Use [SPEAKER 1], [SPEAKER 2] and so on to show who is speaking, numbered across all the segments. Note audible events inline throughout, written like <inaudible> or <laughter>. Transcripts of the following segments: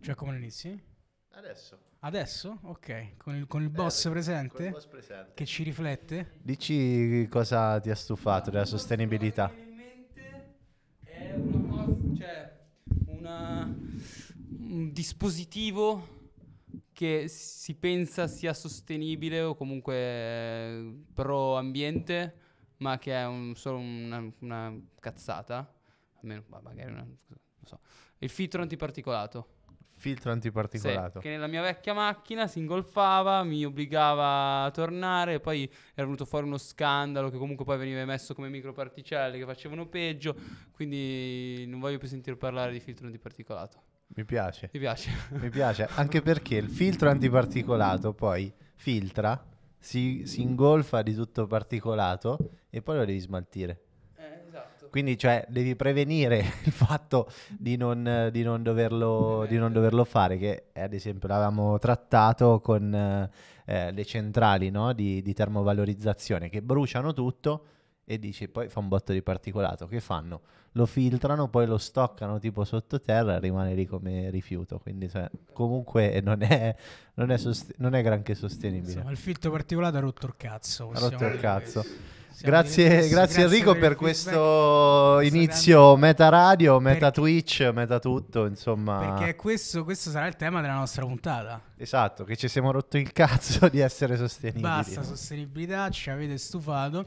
[SPEAKER 1] Cioè, come lo inizi?
[SPEAKER 2] Adesso.
[SPEAKER 1] Adesso? Ok, con il, con il
[SPEAKER 2] Eh,
[SPEAKER 1] boss
[SPEAKER 2] con il
[SPEAKER 1] presente?
[SPEAKER 2] boss presente.
[SPEAKER 1] Che ci riflette?
[SPEAKER 2] Dici cosa ti ha stufato della sostenibilità.
[SPEAKER 3] in mente è una cosa, cioè una- un dispositivo che si pensa sia sostenibile o comunque eh, pro ambiente, ma che è un- solo una, una cazzata. Almeno, ma magari una, non so. Il filtro antiparticolato.
[SPEAKER 2] Filtro
[SPEAKER 3] Sì,
[SPEAKER 2] antiparticolato.
[SPEAKER 3] che nella mia vecchia macchina si ingolfava, mi obbligava a tornare, poi era venuto fuori uno scandalo che comunque poi veniva emesso come microparticelle che facevano peggio, quindi non voglio più sentire parlare di filtro antiparticolato.
[SPEAKER 2] Mi piace.
[SPEAKER 3] Ti piace?
[SPEAKER 2] Mi piace, anche perché il filtro antiparticolato poi filtra, si, si ingolfa di tutto particolato e poi lo devi smaltire.
[SPEAKER 3] Eh, esatto.
[SPEAKER 2] Quindi, cioè, devi prevenire <laughs> il fatto di non, di non doverlo, di non doverlo fare, che eh, ad esempio l'avevamo trattato con eh, le centrali no, di, di termovalorizzazione che bruciano tutto e dici poi fa un botto di particolato. Che fanno? Lo filtrano, poi lo stoccano tipo sottoterra e rimane lì come rifiuto. Quindi, cioè, comunque non è, non è sost- non è granché sostenibile.
[SPEAKER 1] Insomma, il filtro particolare ha rotto il cazzo.
[SPEAKER 2] Ha rotto
[SPEAKER 1] possiamo
[SPEAKER 2] il
[SPEAKER 1] dire.
[SPEAKER 2] cazzo.
[SPEAKER 1] Siamo
[SPEAKER 2] Grazie,
[SPEAKER 1] diretti,
[SPEAKER 2] grazie, Enrico
[SPEAKER 1] il
[SPEAKER 2] per
[SPEAKER 1] feedback.
[SPEAKER 2] questo
[SPEAKER 1] questo
[SPEAKER 2] inizio meta radio, meta
[SPEAKER 1] Perché-
[SPEAKER 2] Twitch, meta tutto, insomma.
[SPEAKER 1] Perché questo, questo sarà il tema della nostra puntata.
[SPEAKER 2] Esatto, che ci siamo rotto il cazzo <laughs> di essere sostenibili.
[SPEAKER 1] Basta sostenibilità, ci avete stufato.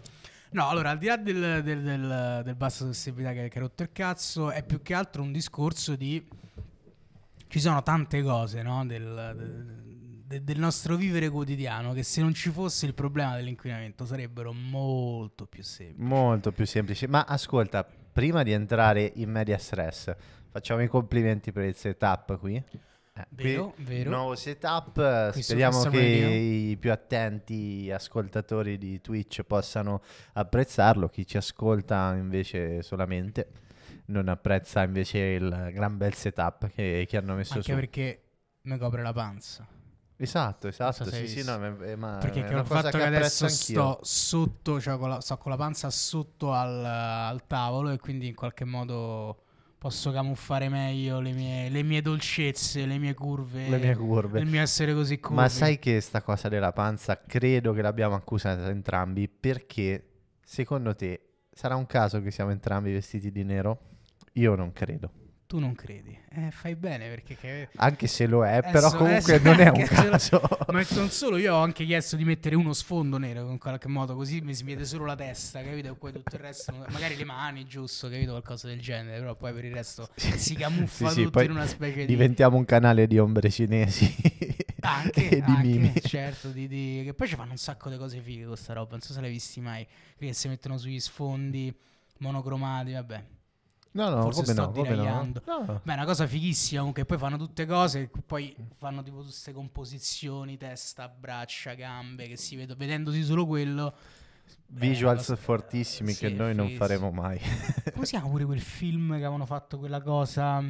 [SPEAKER 1] No, allora, al di là del, del- del- del basta sostenibilità che, che ha rotto il cazzo, è più che altro un discorso di... Ci sono tante cose, no? Del, del- del- del nostro vivere quotidiano che se non ci fosse il problema dell'inquinamento sarebbero molto più semplici.
[SPEAKER 2] Molto più semplice. Ma ascolta, prima di entrare in media stress, facciamo i complimenti per il setup qui. Eh, qui
[SPEAKER 1] Vero, vero.
[SPEAKER 2] Nuovo setup, eh,
[SPEAKER 1] Qui su
[SPEAKER 2] speriamo
[SPEAKER 1] Custom
[SPEAKER 2] che
[SPEAKER 1] Radio.
[SPEAKER 2] i più attenti ascoltatori di Twitch possano apprezzarlo, chi ci ascolta invece solamente non apprezza invece il gran bel setup che, che hanno messo
[SPEAKER 1] Anche
[SPEAKER 2] su.
[SPEAKER 1] perché mi copre la panza.
[SPEAKER 2] Esatto, esatto,
[SPEAKER 1] se hai
[SPEAKER 2] sì, sì,
[SPEAKER 1] visto.
[SPEAKER 2] no, ma, eh, ma
[SPEAKER 1] Perché
[SPEAKER 2] è
[SPEAKER 1] che
[SPEAKER 2] una
[SPEAKER 1] il
[SPEAKER 2] cosa
[SPEAKER 1] fatto
[SPEAKER 2] che
[SPEAKER 1] che adesso
[SPEAKER 2] apprezzo anch'io.
[SPEAKER 1] sto sotto, cioè con la, sto con la panza sotto al, al tavolo e quindi in qualche modo posso camuffare meglio le mie, le mie dolcezze, le mie curve,
[SPEAKER 2] le mie curve.
[SPEAKER 1] il mio essere così curvi.
[SPEAKER 2] Ma sai che sta cosa della panza credo che l'abbiamo accusata entrambi perché secondo te sarà un caso che siamo entrambi vestiti di nero? Io non credo.
[SPEAKER 1] Tu non credi. Eh, fai bene perché...
[SPEAKER 2] <laughs>
[SPEAKER 1] Che...
[SPEAKER 2] Anche se lo è,
[SPEAKER 1] Eh,
[SPEAKER 2] però
[SPEAKER 1] so- eh,
[SPEAKER 2] comunque
[SPEAKER 1] so-
[SPEAKER 2] non è un
[SPEAKER 1] anche se lo- <laughs>
[SPEAKER 2] caso.
[SPEAKER 1] Ma non solo, io ho anche chiesto di mettere uno sfondo nero in qualche modo, così mi si vede solo la testa, capito? E poi tutto il resto, <laughs> non- magari le mani, giusto, capito? Qualcosa del genere, però poi per il resto si camuffa
[SPEAKER 2] Sì, sì,
[SPEAKER 1] tutto
[SPEAKER 2] poi
[SPEAKER 1] in una specie di...
[SPEAKER 2] Diventiamo un canale di
[SPEAKER 1] <laughs>
[SPEAKER 2] ombre cinesi
[SPEAKER 1] Anche,
[SPEAKER 2] e di
[SPEAKER 1] anche,
[SPEAKER 2] mimi.
[SPEAKER 1] certo, di, di- che poi ci fanno un sacco di cose fighe con sta roba, non so se l'hai visti mai, che si mettono sugli sfondi monocromati, vabbè.
[SPEAKER 2] No, no,
[SPEAKER 1] Forse
[SPEAKER 2] come
[SPEAKER 1] sto
[SPEAKER 2] no, come no.
[SPEAKER 1] deragliando.
[SPEAKER 2] No, no.
[SPEAKER 1] Beh, è una cosa fighissima comunque, poi fanno tutte cose, poi fanno tipo tutte queste composizioni, testa, braccia, gambe, che si vedono, vedendosi solo quello... Beh,
[SPEAKER 2] Visuals
[SPEAKER 1] è una cosa-
[SPEAKER 2] fortissimi che
[SPEAKER 1] eh, sì,
[SPEAKER 2] noi non
[SPEAKER 1] fighissimo.
[SPEAKER 2] faremo mai.
[SPEAKER 1] Come si chiama pure quel film che avevano fatto quella cosa?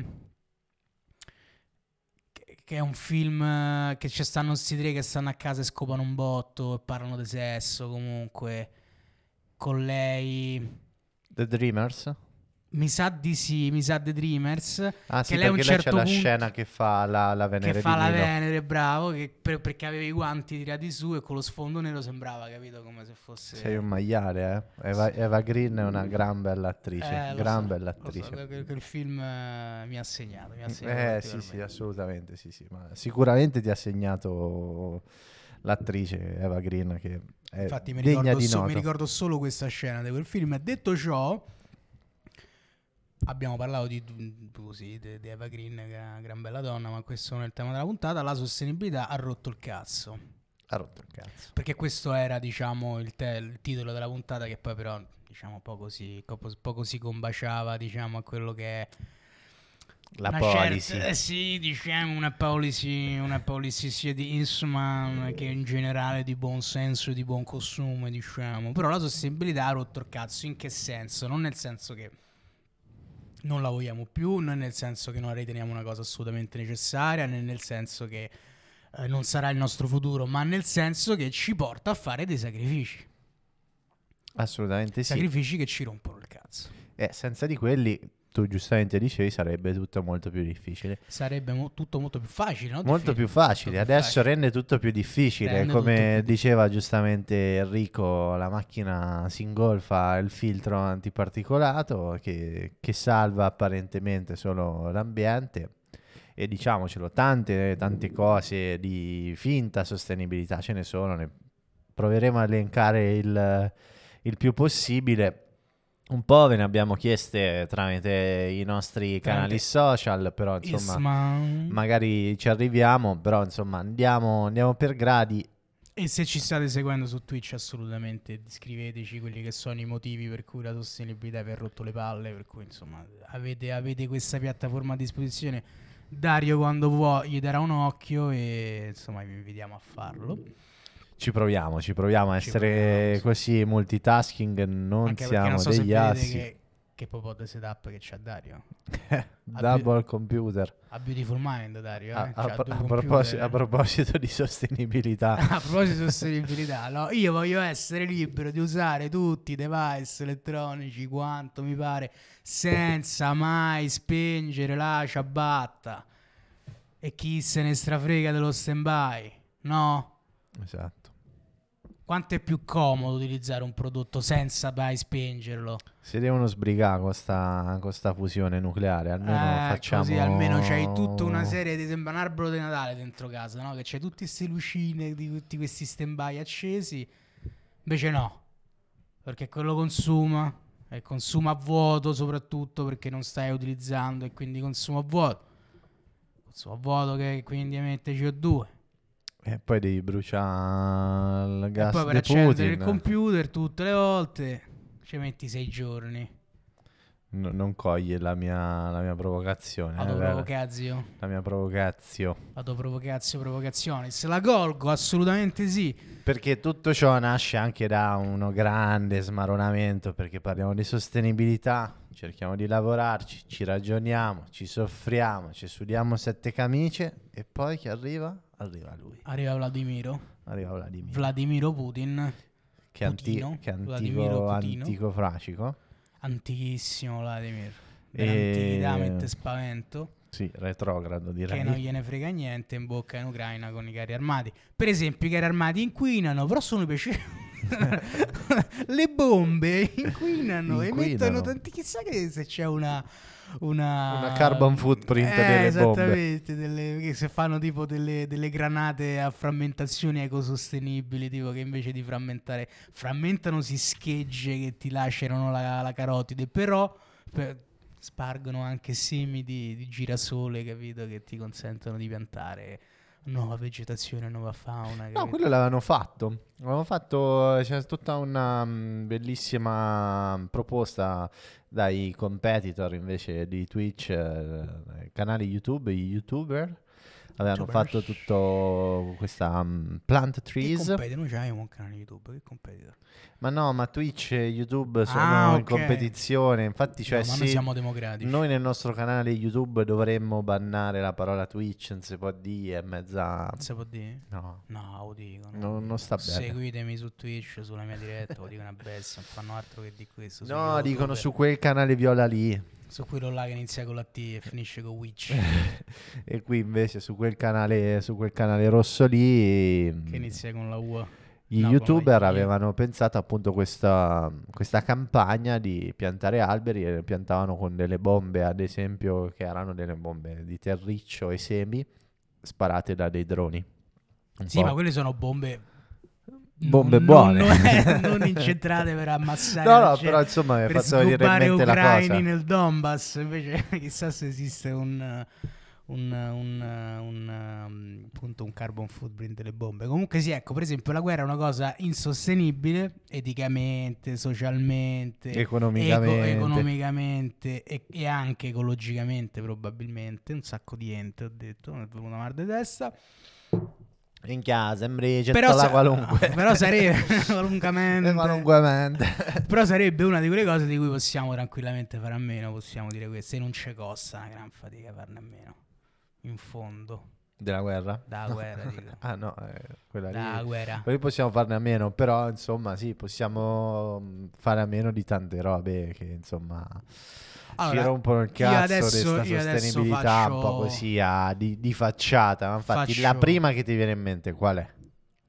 [SPEAKER 1] Che, che è un film eh, che ci stanno questi tre che stanno a casa e scopano un botto e parlano di sesso comunque. Con lei.
[SPEAKER 2] The Dreamers?
[SPEAKER 1] Mi sa di sì, mi sa The Dreamers.
[SPEAKER 2] Ah sì,
[SPEAKER 1] Che lei a
[SPEAKER 2] perché
[SPEAKER 1] un
[SPEAKER 2] lei c'è
[SPEAKER 1] certo
[SPEAKER 2] la
[SPEAKER 1] punto-
[SPEAKER 2] scena che fa la, la Venere
[SPEAKER 1] Che fa
[SPEAKER 2] di
[SPEAKER 1] la
[SPEAKER 2] Milo.
[SPEAKER 1] Venere, bravo. Che per- perché aveva i guanti tirati su e con lo sfondo nero sembrava, capito? Come se fosse.
[SPEAKER 2] Sei un maiale, eh? Eva, Eva Green è una gran bella attrice,
[SPEAKER 1] Eh, lo
[SPEAKER 2] gran
[SPEAKER 1] so,
[SPEAKER 2] bella
[SPEAKER 1] lo so,
[SPEAKER 2] attrice.
[SPEAKER 1] quel, quel film eh, mi ha segnato. Mi ha segnato
[SPEAKER 2] Eh sì,
[SPEAKER 1] particolarmente.
[SPEAKER 2] sì, assolutamente, sì, sì, ma sicuramente ti ha segnato l'attrice Eva Green che è
[SPEAKER 1] Infatti mi
[SPEAKER 2] Eh, degna
[SPEAKER 1] ricordo,
[SPEAKER 2] di
[SPEAKER 1] so- mi
[SPEAKER 2] noto.
[SPEAKER 1] ricordo solo questa scena di quel film. Detto ciò, abbiamo parlato di, così, di, di Eva Green, che è una gran bella donna, ma questo non è il tema della puntata. La sostenibilità ha rotto il cazzo.
[SPEAKER 2] Ha rotto il cazzo.
[SPEAKER 1] Perché questo era, diciamo, il, te- il titolo della puntata che poi però, diciamo, poco si, poco, poco si combaciava, diciamo, a quello che è
[SPEAKER 2] La
[SPEAKER 1] una
[SPEAKER 2] policy.
[SPEAKER 1] certa- eh sì, diciamo una policy, una policy sia di Insman che in generale di buon senso e di buon costume, diciamo. Però la sostenibilità ha rotto il cazzo, in che senso? Non nel senso che non la vogliamo più, non nel senso che non la riteniamo una cosa assolutamente necessaria, né nel senso che eh, non sarà il nostro futuro, ma nel senso che ci porta a fare dei sacrifici.
[SPEAKER 2] Assolutamente Eh sì.
[SPEAKER 1] Sacrifici che ci rompono il cazzo.
[SPEAKER 2] Eh, senza di quelli tu giustamente dicevi, sarebbe tutto molto più difficile.
[SPEAKER 1] Sarebbe mo- tutto molto più facile, no?
[SPEAKER 2] Molto
[SPEAKER 1] Diffi-
[SPEAKER 2] più facile,
[SPEAKER 1] molto più
[SPEAKER 2] adesso
[SPEAKER 1] facile.
[SPEAKER 2] rende tutto più difficile,
[SPEAKER 1] Rende
[SPEAKER 2] come
[SPEAKER 1] tutto più
[SPEAKER 2] diceva giustamente Enrico, la macchina si ingolfa il filtro antiparticolato che, che salva apparentemente solo l'ambiente e diciamocelo, tante, tante cose di finta sostenibilità ce ne sono, ne proveremo a elencare il, il più possibile. Un po' ve ne abbiamo chieste tramite i nostri canali
[SPEAKER 1] Tramite
[SPEAKER 2] social, però insomma
[SPEAKER 1] Isman.
[SPEAKER 2] magari ci arriviamo, però insomma andiamo, andiamo per gradi.
[SPEAKER 1] E se ci state seguendo su Twitch, assolutamente scriveteci quelli che sono i motivi per cui la sostenibilità vi ha rotto le palle. Per cui, insomma, avete, avete questa piattaforma a disposizione. Dario, quando può, gli darà un occhio e insomma, vi invitiamo a farlo.
[SPEAKER 2] Ci proviamo, ci proviamo a
[SPEAKER 1] Ci
[SPEAKER 2] essere
[SPEAKER 1] proviamo, sì.
[SPEAKER 2] così multitasking, non
[SPEAKER 1] Anche perché
[SPEAKER 2] siamo
[SPEAKER 1] non so se
[SPEAKER 2] degli
[SPEAKER 1] vedete
[SPEAKER 2] assi.
[SPEAKER 1] che, che popò di setup che c'ha Dario.
[SPEAKER 2] Double computer.
[SPEAKER 1] A Beautiful Mind, Dario.
[SPEAKER 2] A,
[SPEAKER 1] eh?
[SPEAKER 2] a
[SPEAKER 1] C'ha
[SPEAKER 2] pro-
[SPEAKER 1] due
[SPEAKER 2] a
[SPEAKER 1] computer. eh.
[SPEAKER 2] proposito, a proposito di <laughs> sostenibilità,
[SPEAKER 1] A proposito di sostenibilità, no? io voglio essere libero di usare tutti i device elettronici quanto mi pare, senza mai spengere la ciabatta. E chi se ne strafrega dello stand-by, no?
[SPEAKER 2] esatto.
[SPEAKER 1] Quanto è più comodo utilizzare un prodotto senza mai spengerlo?
[SPEAKER 2] Si devono sbrigare con sta, con sta fusione nucleare. Almeno
[SPEAKER 1] Eh,
[SPEAKER 2] facciamo.
[SPEAKER 1] Così almeno c'hai tutta una serie di sembra un albero di Natale dentro casa, no? Che c'hai tutte queste lucine di tutti questi stand-by accesi. Invece no, perché quello consuma e consuma a vuoto soprattutto perché non stai utilizzando e quindi consuma a vuoto. Consuma a vuoto che quindi emette CO2.
[SPEAKER 2] E poi devi bruciare il
[SPEAKER 1] E
[SPEAKER 2] gas
[SPEAKER 1] poi per
[SPEAKER 2] di
[SPEAKER 1] accendere
[SPEAKER 2] Putin.
[SPEAKER 1] il computer tutte le volte ci metti sei giorni.
[SPEAKER 2] Eh, No- non coglie la mia, la mia provocazione.
[SPEAKER 1] Vado
[SPEAKER 2] eh, vero?
[SPEAKER 1] provocazio.
[SPEAKER 2] La mia provocazione.
[SPEAKER 1] Vado provocazio, provocazione. Se la colgo, assolutamente sì.
[SPEAKER 2] Perché tutto ciò nasce anche da uno grande smaronamento, perché parliamo di sostenibilità, cerchiamo di lavorarci, ci ragioniamo, ci soffriamo, ci sudiamo sette camicie e poi chi arriva? Arriva lui,
[SPEAKER 1] Arriva Vladimiro,
[SPEAKER 2] arriva Vladimir,
[SPEAKER 1] Vladimiro Putin,
[SPEAKER 2] che, è anti-
[SPEAKER 1] Putino,
[SPEAKER 2] che è
[SPEAKER 1] Vladimiro
[SPEAKER 2] antico,
[SPEAKER 1] Putino.
[SPEAKER 2] antico fracico.
[SPEAKER 1] antichissimo Vladimir,
[SPEAKER 2] E-
[SPEAKER 1] dell'antichità mette spavento,
[SPEAKER 2] Sì, retrogrado direi.
[SPEAKER 1] che non gliene frega niente, in bocca in Ucraina con i carri armati. Per esempio i carri armati inquinano, però sono
[SPEAKER 2] <laughs>
[SPEAKER 1] piacevoli. Le bombe inquinano, emettono
[SPEAKER 2] Inquinano.
[SPEAKER 1] tanti, chissà che se c'è una... Una,
[SPEAKER 2] Una carbon footprint
[SPEAKER 1] Eh,
[SPEAKER 2] delle bombe.
[SPEAKER 1] esattamente, delle- che se fanno tipo delle, delle granate a frammentazioni ecosostenibili, tipo che invece di frammentare, frammentano si schegge che ti lacerano la, la carotide, però per- spargono anche semi di, di girasole, capito, che ti consentono di piantare nuova vegetazione, nuova fauna.
[SPEAKER 2] No,
[SPEAKER 1] capito?
[SPEAKER 2] quello l'avevano fatto. Avevano fatto, c'è tutta una mm, bellissima mm, proposta dai competitor invece di Twitch, eh, canali YouTube, gli YouTuber. Avevano
[SPEAKER 1] YouTubers.
[SPEAKER 2] fatto tutto questa mm, plant
[SPEAKER 1] Che
[SPEAKER 2] trees.
[SPEAKER 1] compete? Noi c'abbiamo un canale YouTube, che competitor?
[SPEAKER 2] Ma no, ma Twitch e YouTube sono
[SPEAKER 1] Ah,
[SPEAKER 2] in
[SPEAKER 1] ok.
[SPEAKER 2] competizione. Infatti, cioè,
[SPEAKER 1] No, ma
[SPEAKER 2] sì,
[SPEAKER 1] noi siamo democratici.
[SPEAKER 2] noi nel nostro canale YouTube dovremmo bannare la parola Twitch, non si può dire, è mezza...
[SPEAKER 1] Non si può dire?
[SPEAKER 2] No,
[SPEAKER 1] No, lo dico. no.
[SPEAKER 2] non, non sta bene.
[SPEAKER 1] Seguitemi su Twitch, sulla mia diretta, lo dico una bestia, non fanno altro che di questo. su
[SPEAKER 2] No,
[SPEAKER 1] YouTube,
[SPEAKER 2] dicono su quel canale viola lì
[SPEAKER 1] Su quello là che inizia con la T e finisce con Witch,
[SPEAKER 2] <laughs> e qui invece su quel canale, su quel canale rosso lì mm,
[SPEAKER 1] che inizia con la U.
[SPEAKER 2] gli
[SPEAKER 1] no,
[SPEAKER 2] youtuber
[SPEAKER 1] con la I.
[SPEAKER 2] avevano pensato appunto questa, questa campagna di piantare alberi e piantavano con delle bombe ad esempio che erano delle bombe di terriccio e semi sparate da dei droni. Un
[SPEAKER 1] Sì,
[SPEAKER 2] po'
[SPEAKER 1] ma quelle sono bombe...
[SPEAKER 2] Bombe
[SPEAKER 1] non-
[SPEAKER 2] buone. <laughs>
[SPEAKER 1] Non, non incentrate per ammassare
[SPEAKER 2] No,
[SPEAKER 1] la
[SPEAKER 2] no,
[SPEAKER 1] gente,
[SPEAKER 2] però insomma mi ha
[SPEAKER 1] cioè, per
[SPEAKER 2] fatto venire in
[SPEAKER 1] sgobbare
[SPEAKER 2] mente la
[SPEAKER 1] ucraini
[SPEAKER 2] cosa.
[SPEAKER 1] nel Donbass. Invece <laughs> chissà se esiste un... eh, Un, un, eh, un, eh, appunto un carbon footprint delle bombe. Comunque, sì, ecco, per esempio, la guerra è una cosa insostenibile eticamente, socialmente,
[SPEAKER 2] <laughs> Economicamente.
[SPEAKER 1] Eco- economicamente e, e anche ecologicamente probabilmente un sacco di ente ho detto non è venuto una mar di testa
[SPEAKER 2] In casa, in Bridget,
[SPEAKER 1] però,
[SPEAKER 2] la
[SPEAKER 1] sa-
[SPEAKER 2] qualunque.
[SPEAKER 1] <laughs> però
[SPEAKER 2] <laughs>
[SPEAKER 1] sarebbe <laughs> qualunquamente-
[SPEAKER 2] Qualunquemente.
[SPEAKER 1] però sarebbe una di quelle cose di cui possiamo tranquillamente fare a meno possiamo dire questo e non ci costa una gran fatica farne a meno in fondo
[SPEAKER 2] Della guerra?
[SPEAKER 1] Da guerra, dico.
[SPEAKER 2] Ah no, eh, quella
[SPEAKER 1] Da
[SPEAKER 2] lì.
[SPEAKER 1] guerra.
[SPEAKER 2] Poi possiamo farne a meno, però insomma sì, possiamo mm, fare a meno di tante robe che insomma
[SPEAKER 1] Allora,
[SPEAKER 2] ci rompono il
[SPEAKER 1] io
[SPEAKER 2] cazzo
[SPEAKER 1] adesso-
[SPEAKER 2] questa
[SPEAKER 1] io adesso
[SPEAKER 2] sostenibilità un po'
[SPEAKER 1] faccio-
[SPEAKER 2] così a- di, di facciata. Ma infatti la
[SPEAKER 1] Faccio-
[SPEAKER 2] prima che ti viene in mente qual è?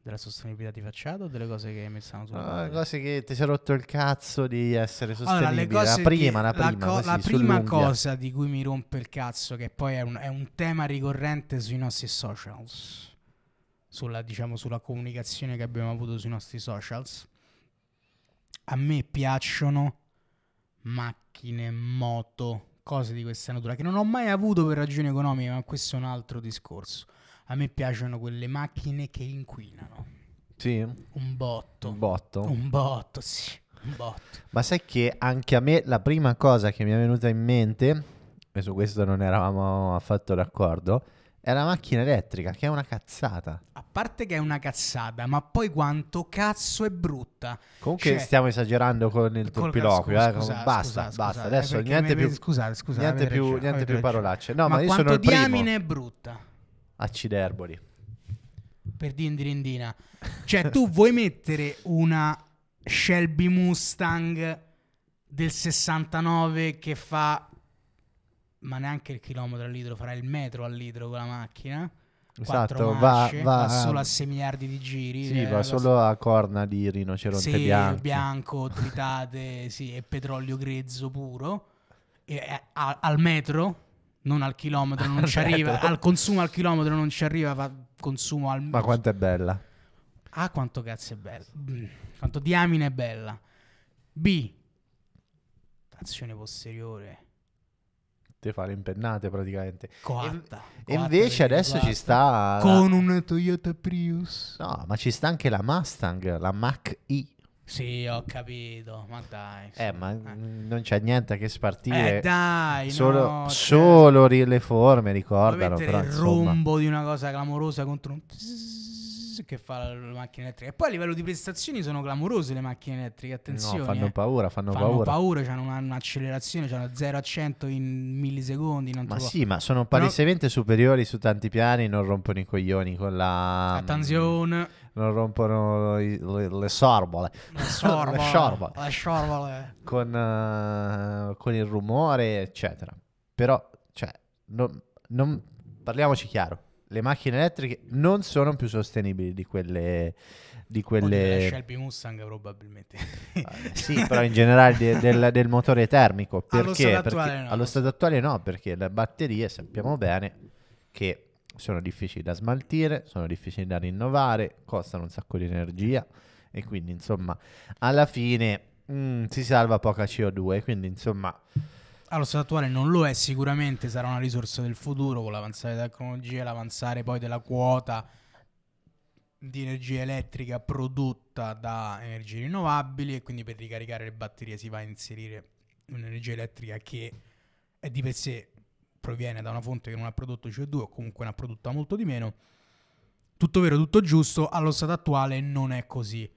[SPEAKER 1] Della sostenibilità di facciata o delle cose che mi stanno sulle
[SPEAKER 2] Ah,
[SPEAKER 1] palle?
[SPEAKER 2] cose che ti sei rotto il cazzo di essere sostenibile.
[SPEAKER 1] Allora, le cose
[SPEAKER 2] la prima,
[SPEAKER 1] che-
[SPEAKER 2] la prima,
[SPEAKER 1] co-
[SPEAKER 2] così,
[SPEAKER 1] la prima
[SPEAKER 2] sull'unghia.
[SPEAKER 1] cosa di cui mi rompe il cazzo, che poi è un, è un tema ricorrente sui nostri socials, sulla, diciamo, sulla comunicazione che abbiamo avuto sui nostri socials. A me piacciono macchine, moto, cose di questa natura che non ho mai avuto per ragioni economiche, ma questo è un altro discorso. A me piacciono quelle macchine che inquinano.
[SPEAKER 2] Sì,
[SPEAKER 1] Un botto.
[SPEAKER 2] un botto.
[SPEAKER 1] Un botto, sì. Un botto.
[SPEAKER 2] Ma sai che anche a me la prima cosa che mi è venuta in mente, e su questo non eravamo affatto d'accordo, è la macchina elettrica, che è una cazzata.
[SPEAKER 1] A parte che è una cazzata, ma poi quanto cazzo è brutta.
[SPEAKER 2] Comunque
[SPEAKER 1] Cioè,
[SPEAKER 2] stiamo esagerando con il
[SPEAKER 1] Col-
[SPEAKER 2] turpiloquio,
[SPEAKER 1] scusa,
[SPEAKER 2] eh,
[SPEAKER 1] scusa,
[SPEAKER 2] basta,
[SPEAKER 1] scusa,
[SPEAKER 2] basta,
[SPEAKER 1] scusa,
[SPEAKER 2] adesso
[SPEAKER 1] eh, perché
[SPEAKER 2] niente
[SPEAKER 1] mi avete-
[SPEAKER 2] più,
[SPEAKER 1] Scusate, scusate.
[SPEAKER 2] niente
[SPEAKER 1] avete
[SPEAKER 2] più-
[SPEAKER 1] ragione,
[SPEAKER 2] niente
[SPEAKER 1] avete
[SPEAKER 2] più
[SPEAKER 1] ragione.
[SPEAKER 2] parolacce. No, ma io
[SPEAKER 1] quanto
[SPEAKER 2] sono il primo.
[SPEAKER 1] diamine è brutta.
[SPEAKER 2] acciderboli.
[SPEAKER 1] Per dindirindina. Cioè,
[SPEAKER 2] <laughs>
[SPEAKER 1] tu vuoi mettere una Shelby Mustang del 69 che fa... Ma neanche il chilometro al litro, farà il metro al litro con la macchina.
[SPEAKER 2] Esatto,
[SPEAKER 1] Quattro
[SPEAKER 2] va,
[SPEAKER 1] marce,
[SPEAKER 2] va,
[SPEAKER 1] solo a 6 miliardi di giri.
[SPEAKER 2] sì,
[SPEAKER 1] cioè,
[SPEAKER 2] va
[SPEAKER 1] una cosa-
[SPEAKER 2] solo a corna di rinoceronte
[SPEAKER 1] Sì,
[SPEAKER 2] bianco.
[SPEAKER 1] bianco, tritate, <laughs> sì, e petrolio grezzo puro. E, eh, a- al metro, non al chilometro, non
[SPEAKER 2] <laughs> Al
[SPEAKER 1] ci arriva.
[SPEAKER 2] metro.
[SPEAKER 1] Al consumo al chilometro non ci arriva, fa consumo al...
[SPEAKER 2] Ma quanto è bella.
[SPEAKER 1] A, quanto cazzo è bella. Mm, Quanto diamine è bella. B, trazione posteriore,
[SPEAKER 2] Te fa le impennate praticamente.
[SPEAKER 1] coatta.
[SPEAKER 2] E invece adesso ci sta...
[SPEAKER 1] Con un Toyota Prius.
[SPEAKER 2] No, ma ci sta anche la Mustang, la Mach-E.
[SPEAKER 1] Sì, ho capito, ma dai.
[SPEAKER 2] Eh,
[SPEAKER 1] insomma,
[SPEAKER 2] ma mm, non c'è niente a che spartire.
[SPEAKER 1] Ah. Eh, dai,
[SPEAKER 2] solo
[SPEAKER 1] no, cioè.
[SPEAKER 2] solo ri- le forme,
[SPEAKER 1] Puoi
[SPEAKER 2] ricordano.
[SPEAKER 1] mettere
[SPEAKER 2] Però,
[SPEAKER 1] il
[SPEAKER 2] insomma.
[SPEAKER 1] rombo di una cosa clamorosa contro un pzzz che fa la, la macchina elettrica. E poi a livello di prestazioni sono clamorose le macchine elettriche, attenzione.
[SPEAKER 2] No, fanno
[SPEAKER 1] eh.
[SPEAKER 2] paura, fanno,
[SPEAKER 1] Fanno
[SPEAKER 2] paura.
[SPEAKER 1] hanno una- un'accelerazione, hanno 0 a 100 in millisecondi. Non
[SPEAKER 2] Ma
[SPEAKER 1] trovo-
[SPEAKER 2] sì, ma sono palesemente superiori su tanti piani, non rompono i coglioni con la... mm,
[SPEAKER 1] Attenzione,
[SPEAKER 2] Non rompono i- le, le sorbole.
[SPEAKER 1] la
[SPEAKER 2] <laughs>
[SPEAKER 1] sorbola,
[SPEAKER 2] sciorbola.
[SPEAKER 1] la sciorbola.
[SPEAKER 2] Con, eh, con il rumore, eccetera. Però, cioè, non- non- parliamoci chiaro. Le macchine elettriche non sono più sostenibili di quelle... Di
[SPEAKER 1] Oddio, la
[SPEAKER 2] quelle
[SPEAKER 1] Shelby Mustang probabilmente.
[SPEAKER 2] <laughs> Eh, sì, però in generale de- del, del motore termico. Perché?
[SPEAKER 1] Allo stato
[SPEAKER 2] Perché-
[SPEAKER 1] attuale no.
[SPEAKER 2] allo stato attuale no, perché le batterie sappiamo bene che sono difficili da smaltire, sono difficili da rinnovare, costano un sacco di energia e quindi insomma alla fine mm, si salva poca CO2, quindi insomma
[SPEAKER 1] Allo stato attuale non lo è sicuramente, sarà una risorsa del futuro con l'avanzare della tecnologia, l'avanzare poi della quota di energia elettrica prodotta da energie rinnovabili e quindi per ricaricare le batterie si va a inserire un'energia elettrica che è di per sé proviene da una fonte che non ha prodotto CO2 o comunque ne ha prodotta molto di meno. Tutto vero, tutto giusto, allo stato attuale non è così.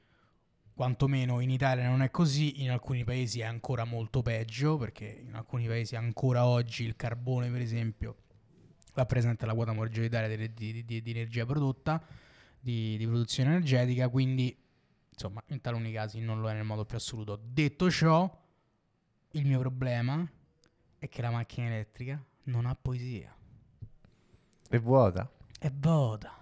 [SPEAKER 1] Quantomeno in Italia non è così, in alcuni paesi è ancora molto peggio, perché in alcuni paesi ancora oggi il carbone, per esempio, rappresenta la quota maggioritaria delle- di, di- di- di energia prodotta, di, di produzione energetica, quindi insomma in taluni casi non lo è nel modo più assoluto. Detto ciò, il mio problema è che la macchina elettrica non ha poesia,
[SPEAKER 2] è vuota,
[SPEAKER 1] è vuota.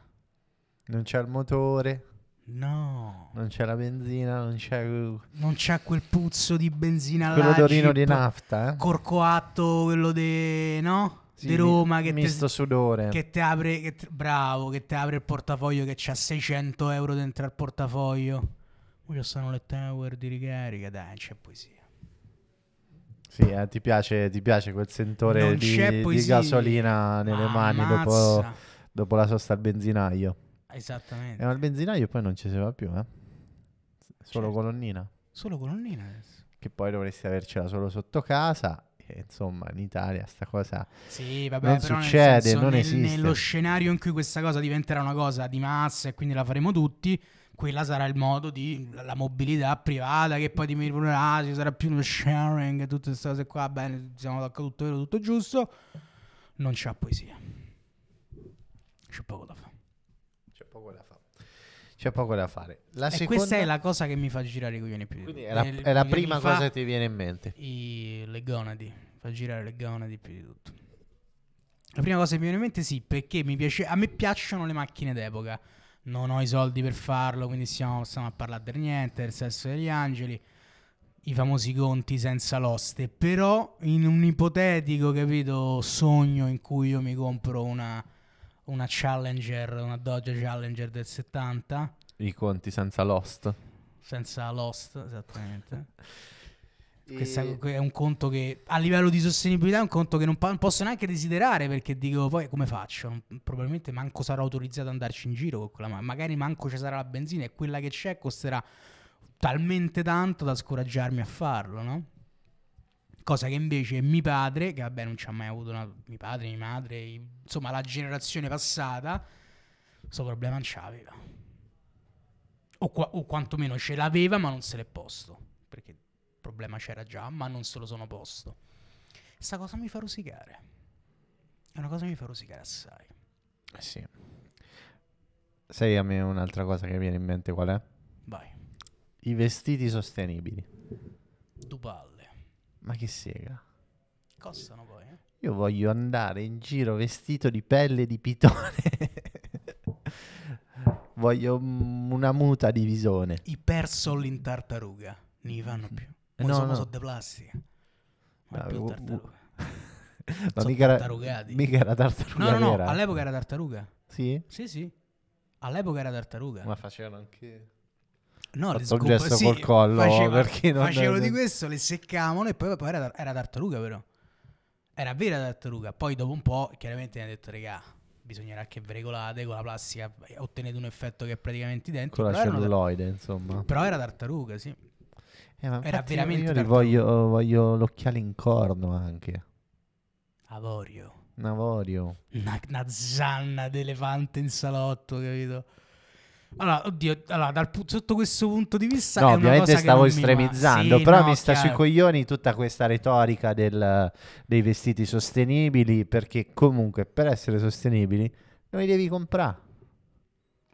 [SPEAKER 2] non c'è il motore,
[SPEAKER 1] No,
[SPEAKER 2] non c'è la benzina, non c'è uh,
[SPEAKER 1] non c'ha quel puzzo di benzina
[SPEAKER 2] quell'odorino
[SPEAKER 1] alla
[SPEAKER 2] di
[SPEAKER 1] Jeep.
[SPEAKER 2] nafta, eh?
[SPEAKER 1] Corcoatto, quello de, no?
[SPEAKER 2] Sì,
[SPEAKER 1] di Roma
[SPEAKER 2] mi-
[SPEAKER 1] che
[SPEAKER 2] misto
[SPEAKER 1] te,
[SPEAKER 2] sudore.
[SPEAKER 1] che te apre, che te- bravo, che te apre il portafoglio che c'ha 600 euro dentro al portafoglio. Poi ci stanno le tower di ricarica, dai, c'è poesia.
[SPEAKER 2] Sì, eh, ti, piace, ti piace quel sentore
[SPEAKER 1] Non c'è
[SPEAKER 2] di, di
[SPEAKER 1] poesia.
[SPEAKER 2] gasolina nelle mani dopo,
[SPEAKER 1] Ammazza.
[SPEAKER 2] dopo la sosta al benzinaio. Eh,
[SPEAKER 1] Esattamente.
[SPEAKER 2] ma il benzinaio poi non ci si va più, eh? Solo
[SPEAKER 1] Certo.
[SPEAKER 2] colonnina.
[SPEAKER 1] Solo colonnina adesso.
[SPEAKER 2] Che poi dovresti avercela solo sotto casa. E insomma, in Italia sta cosa...
[SPEAKER 1] Sì, vabbè,
[SPEAKER 2] Non
[SPEAKER 1] però nel
[SPEAKER 2] succede,
[SPEAKER 1] senso,
[SPEAKER 2] non
[SPEAKER 1] nel-
[SPEAKER 2] esiste.
[SPEAKER 1] Nello scenario in cui questa cosa diventerà una cosa di massa e quindi la faremo tutti, quella sarà il modo di la mobilità privata che poi diminuirà, ah, ci sarà più uno sharing, tutte queste cose qua, bene, siamo d'accordo, tutto vero, tutto giusto. Non c'ha poesia. c'è poco da fare.
[SPEAKER 2] C'è poco da fare. C'è poco da fare. La
[SPEAKER 1] E
[SPEAKER 2] seconda
[SPEAKER 1] Eh, questa è la cosa che mi fa girare i coglioni più di
[SPEAKER 2] quindi
[SPEAKER 1] tutto.
[SPEAKER 2] è la,
[SPEAKER 1] Il-
[SPEAKER 2] è la
[SPEAKER 1] che
[SPEAKER 2] prima
[SPEAKER 1] mi fa
[SPEAKER 2] cosa che ti viene in mente.
[SPEAKER 1] i- le gonadi, fa girare le gonadi più di tutto. La prima cosa che mi viene in mente sì, perché mi piace, a me piacciono le macchine d'epoca. Non ho i soldi per farlo, quindi stiamo, stiamo a parlare del niente, del sesso degli angeli, i famosi conti senza l'oste. Però in un ipotetico, capito, sogno in cui io mi compro una, una Challenger, una Dodge Challenger del 70,
[SPEAKER 2] I conti senza Lost.
[SPEAKER 1] senza l'host, esattamente. Questa è un conto che a livello di sostenibilità è un conto che non, pa- non posso neanche desiderare perché dico poi come faccio? Non- probabilmente manco sarò autorizzato ad andarci in giro con quella ma- magari manco ci sarà la benzina e quella che c'è costerà talmente tanto da scoraggiarmi a farlo, no? Cosa che invece mio padre, che vabbè non ci ha mai avuto una, mio padre, mia madre, i- insomma la generazione passata, questo problema non ce l'aveva. O, qua- o quantomeno ce l'aveva ma non se l'è posto, perché il problema c'era già ma non se lo sono posto. Sta cosa mi fa rosicare. È una cosa che mi fa rosicare assai.
[SPEAKER 2] Sì. Sai a me un'altra cosa che mi viene in mente qual è?
[SPEAKER 1] Vai,
[SPEAKER 2] I vestiti sostenibili.
[SPEAKER 1] tu palle.
[SPEAKER 2] Ma che sega.
[SPEAKER 1] Costano poi, eh?
[SPEAKER 2] Io voglio andare in giro vestito di pelle di pitone. <laughs> voglio mm, una muta di visone.
[SPEAKER 1] I persol in tartaruga non gli fanno più.
[SPEAKER 2] No,
[SPEAKER 1] No, sono
[SPEAKER 2] no.
[SPEAKER 1] sotto de plastica. Ma
[SPEAKER 2] Ah,
[SPEAKER 1] più
[SPEAKER 2] u-
[SPEAKER 1] tartaruga.
[SPEAKER 2] Ma
[SPEAKER 1] Sono
[SPEAKER 2] mica era,
[SPEAKER 1] tartarugati.
[SPEAKER 2] mica era tartaruga
[SPEAKER 1] No, no, no,
[SPEAKER 2] vera.
[SPEAKER 1] all'epoca era tartaruga.
[SPEAKER 2] Sì?
[SPEAKER 1] Sì, sì. All'epoca era tartaruga.
[SPEAKER 2] Ma facevano anche...
[SPEAKER 1] no,
[SPEAKER 2] fatto un
[SPEAKER 1] scompa-
[SPEAKER 2] gesto col collo, perché non-
[SPEAKER 1] facevano di
[SPEAKER 2] non-
[SPEAKER 1] questo, le seccavano e poi, poi era, era tartaruga però. Era vera tartaruga. Poi dopo un po' chiaramente mi ha detto, regà, bisognerà che vi regolate con la plastica, ottenete un effetto che è praticamente identico.
[SPEAKER 2] Con la
[SPEAKER 1] però erano tar-
[SPEAKER 2] celluloide, insomma.
[SPEAKER 1] però era tartaruga, sì.
[SPEAKER 2] Eh, ma
[SPEAKER 1] era
[SPEAKER 2] infatti io-
[SPEAKER 1] veramente
[SPEAKER 2] Io li
[SPEAKER 1] tartaruga.
[SPEAKER 2] voglio, voglio l'occhiale in corno anche.
[SPEAKER 1] Avorio.
[SPEAKER 2] Navorio.
[SPEAKER 1] una, una zanna d'elefante in salotto, capito? Allora, oddio, allora, dal pu- sotto questo punto di vista... è
[SPEAKER 2] No,
[SPEAKER 1] una
[SPEAKER 2] ovviamente
[SPEAKER 1] cosa che
[SPEAKER 2] stavo
[SPEAKER 1] non mi va.
[SPEAKER 2] estremizzando,
[SPEAKER 1] Sì,
[SPEAKER 2] però
[SPEAKER 1] no,
[SPEAKER 2] mi sta sui
[SPEAKER 1] chiaro.
[SPEAKER 2] coglioni tutta questa retorica del- dei vestiti sostenibili, perché comunque per essere sostenibili non li devi comprare.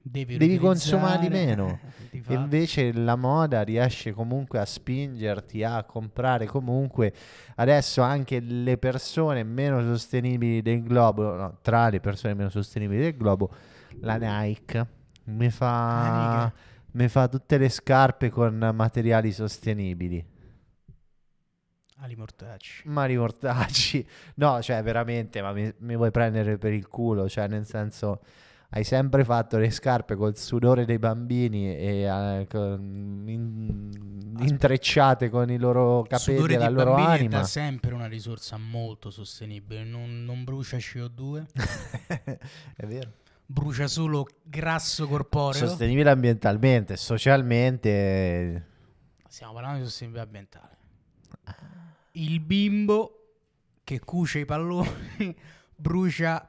[SPEAKER 1] Devi,
[SPEAKER 2] devi
[SPEAKER 1] riutilizzare,
[SPEAKER 2] consumare di
[SPEAKER 1] <laughs>
[SPEAKER 2] meno.
[SPEAKER 1] eh, di
[SPEAKER 2] E
[SPEAKER 1] fatto.
[SPEAKER 2] invece la moda riesce comunque a spingerti a comprare comunque adesso anche le persone meno sostenibili del globo, no, tra le persone meno sostenibili del globo, la Nike mi
[SPEAKER 1] Ah,
[SPEAKER 2] fa,
[SPEAKER 1] mica.
[SPEAKER 2] mi fa tutte le scarpe con materiali sostenibili.
[SPEAKER 1] Ali Mortacci.
[SPEAKER 2] Ma riportarci, <laughs> no, cioè veramente, ma mi, mi vuoi prendere per il culo, cioè nel senso, hai sempre fatto le scarpe col sudore dei bambini e eh, con- in- intrecciate con i loro capelli
[SPEAKER 1] Sudore
[SPEAKER 2] e la
[SPEAKER 1] di
[SPEAKER 2] loro
[SPEAKER 1] bambini è
[SPEAKER 2] anima.
[SPEAKER 1] da sempre una risorsa molto sostenibile, non, non brucia CO2,
[SPEAKER 2] <laughs> È vero.
[SPEAKER 1] brucia solo grasso corporeo.
[SPEAKER 2] Sostenibile ambientalmente, socialmente, eh,
[SPEAKER 1] Stiamo parlando di sostenibilità ambientale. Il bimbo che cuce i palloni <laughs> brucia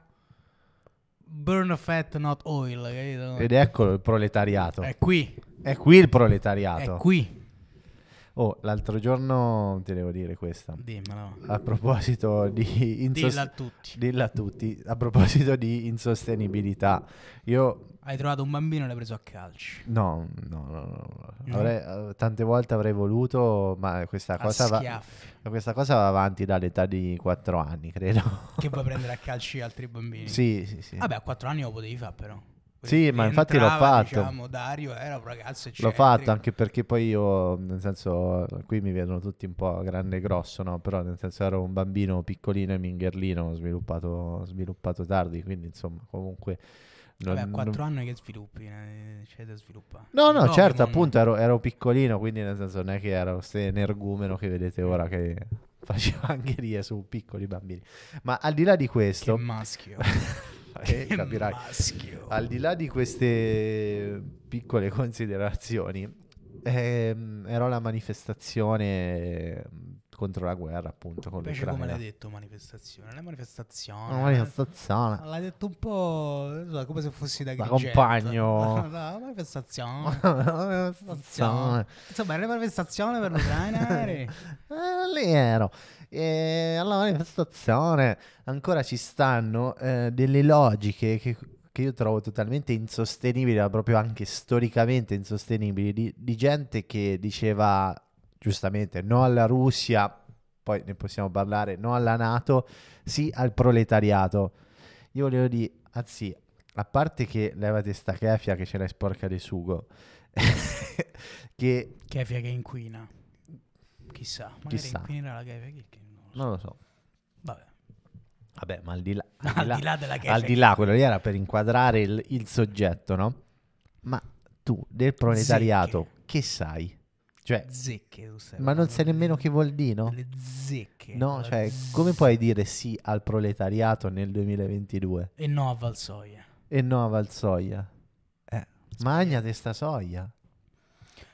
[SPEAKER 1] burn fat not oil, capito?
[SPEAKER 2] ed eccolo il proletariato.
[SPEAKER 1] È qui,
[SPEAKER 2] È qui il
[SPEAKER 1] Ecco. è
[SPEAKER 2] proletariato.
[SPEAKER 1] qui.
[SPEAKER 2] Oh, l'altro giorno ti devo dire questa.
[SPEAKER 1] Dimmelo.
[SPEAKER 2] A proposito di
[SPEAKER 1] Dilla a
[SPEAKER 2] insostenibile.
[SPEAKER 1] tutti.
[SPEAKER 2] Dilla a tutti, a proposito di insostenibilità, io
[SPEAKER 1] Hai trovato un bambino e l'hai preso a calci.
[SPEAKER 2] no, no, no, no.
[SPEAKER 1] No?
[SPEAKER 2] Avrei- eh, tante volte avrei voluto, ma questa
[SPEAKER 1] Mm. A
[SPEAKER 2] cosa, va,
[SPEAKER 1] schiaffi.
[SPEAKER 2] questa cosa va avanti dall'età di 4 anni, credo. <laughs>
[SPEAKER 1] Che vuoi prendere a calci altri bambini?
[SPEAKER 2] sì, sì, sì.
[SPEAKER 1] Vabbè, a 4 anni lo potevi fare però.
[SPEAKER 2] Sì, ma infatti l'ho
[SPEAKER 1] Rientrava,
[SPEAKER 2] fatto.
[SPEAKER 1] Diciamo, Dario era un ragazzo
[SPEAKER 2] L'ho
[SPEAKER 1] eccentrico.
[SPEAKER 2] fatto anche perché poi io, nel senso, qui mi vedono tutti un po' grande e grosso, no? Però nel senso ero un bambino piccolino e mingherlino, sviluppato, sviluppato tardi, quindi insomma comunque... non-
[SPEAKER 1] Vabbè, a 4
[SPEAKER 2] non-
[SPEAKER 1] anni che sviluppi, eh, c'è da sviluppare.
[SPEAKER 2] No,
[SPEAKER 1] I
[SPEAKER 2] no, certo,
[SPEAKER 1] Pokémon-
[SPEAKER 2] appunto ero, ero piccolino, quindi nel senso non è che ero questo energumeno che vedete ora che <laughs> faceva angherie su piccoli bambini. Ma al di là di questo,
[SPEAKER 1] Che
[SPEAKER 2] <laughs>
[SPEAKER 1] maschio.
[SPEAKER 2] eh,
[SPEAKER 1] Che
[SPEAKER 2] capirai,
[SPEAKER 1] maschio.
[SPEAKER 2] al di là di queste piccole considerazioni, ehm, ero alla manifestazione ehm, contro la guerra, appunto, con
[SPEAKER 1] Invece come l'hai
[SPEAKER 2] l'Ucraina.
[SPEAKER 1] detto manifestazione? La
[SPEAKER 2] Una
[SPEAKER 1] manifestazione. eh?
[SPEAKER 2] manifestazione.
[SPEAKER 1] L'hai detto un po' non so, come se fossi da
[SPEAKER 2] Da
[SPEAKER 1] Agrigento. <laughs>
[SPEAKER 2] compagno.
[SPEAKER 1] La manifestazione.
[SPEAKER 2] <laughs> Una
[SPEAKER 1] manifestazione.
[SPEAKER 2] manifestazione.
[SPEAKER 1] Insomma, è una manifestazione per
[SPEAKER 2] <laughs>
[SPEAKER 1] l'Ucraina. eh.
[SPEAKER 2] Eh, lì ero. E alla manifestazione ancora ci stanno eh, delle logiche che, che io trovo totalmente insostenibili, ma proprio anche storicamente insostenibili, di, di gente che diceva giustamente no alla Russia, poi ne possiamo parlare, no alla Nato, sì al proletariato. Io volevo dire, anzi, a parte che levate sta kefia che ce l'hai sporca di sugo, <laughs> che
[SPEAKER 1] Kefia che inquina. Chissà, magari
[SPEAKER 2] Chissà.
[SPEAKER 1] inquinerà la Kefia. Chi, chi- non lo so.
[SPEAKER 2] non lo so,
[SPEAKER 1] Vabbè.
[SPEAKER 2] vabbè, ma al di là... al
[SPEAKER 1] Al di là della Kefia.
[SPEAKER 2] al di là, quello lì era per inquadrare il, il soggetto, no? Ma tu del proletariato che sai? Cioè,
[SPEAKER 1] Zecche tu stai
[SPEAKER 2] ma non
[SPEAKER 1] parlando
[SPEAKER 2] sai
[SPEAKER 1] di-
[SPEAKER 2] nemmeno che vuol dire, no?
[SPEAKER 1] delle zecche.
[SPEAKER 2] No,
[SPEAKER 1] la
[SPEAKER 2] cioè,
[SPEAKER 1] z-
[SPEAKER 2] come puoi dire sì al proletariato nel 2022
[SPEAKER 1] E no a Valsoia.
[SPEAKER 2] e no a Valsoia? Eh, magnate sta soia.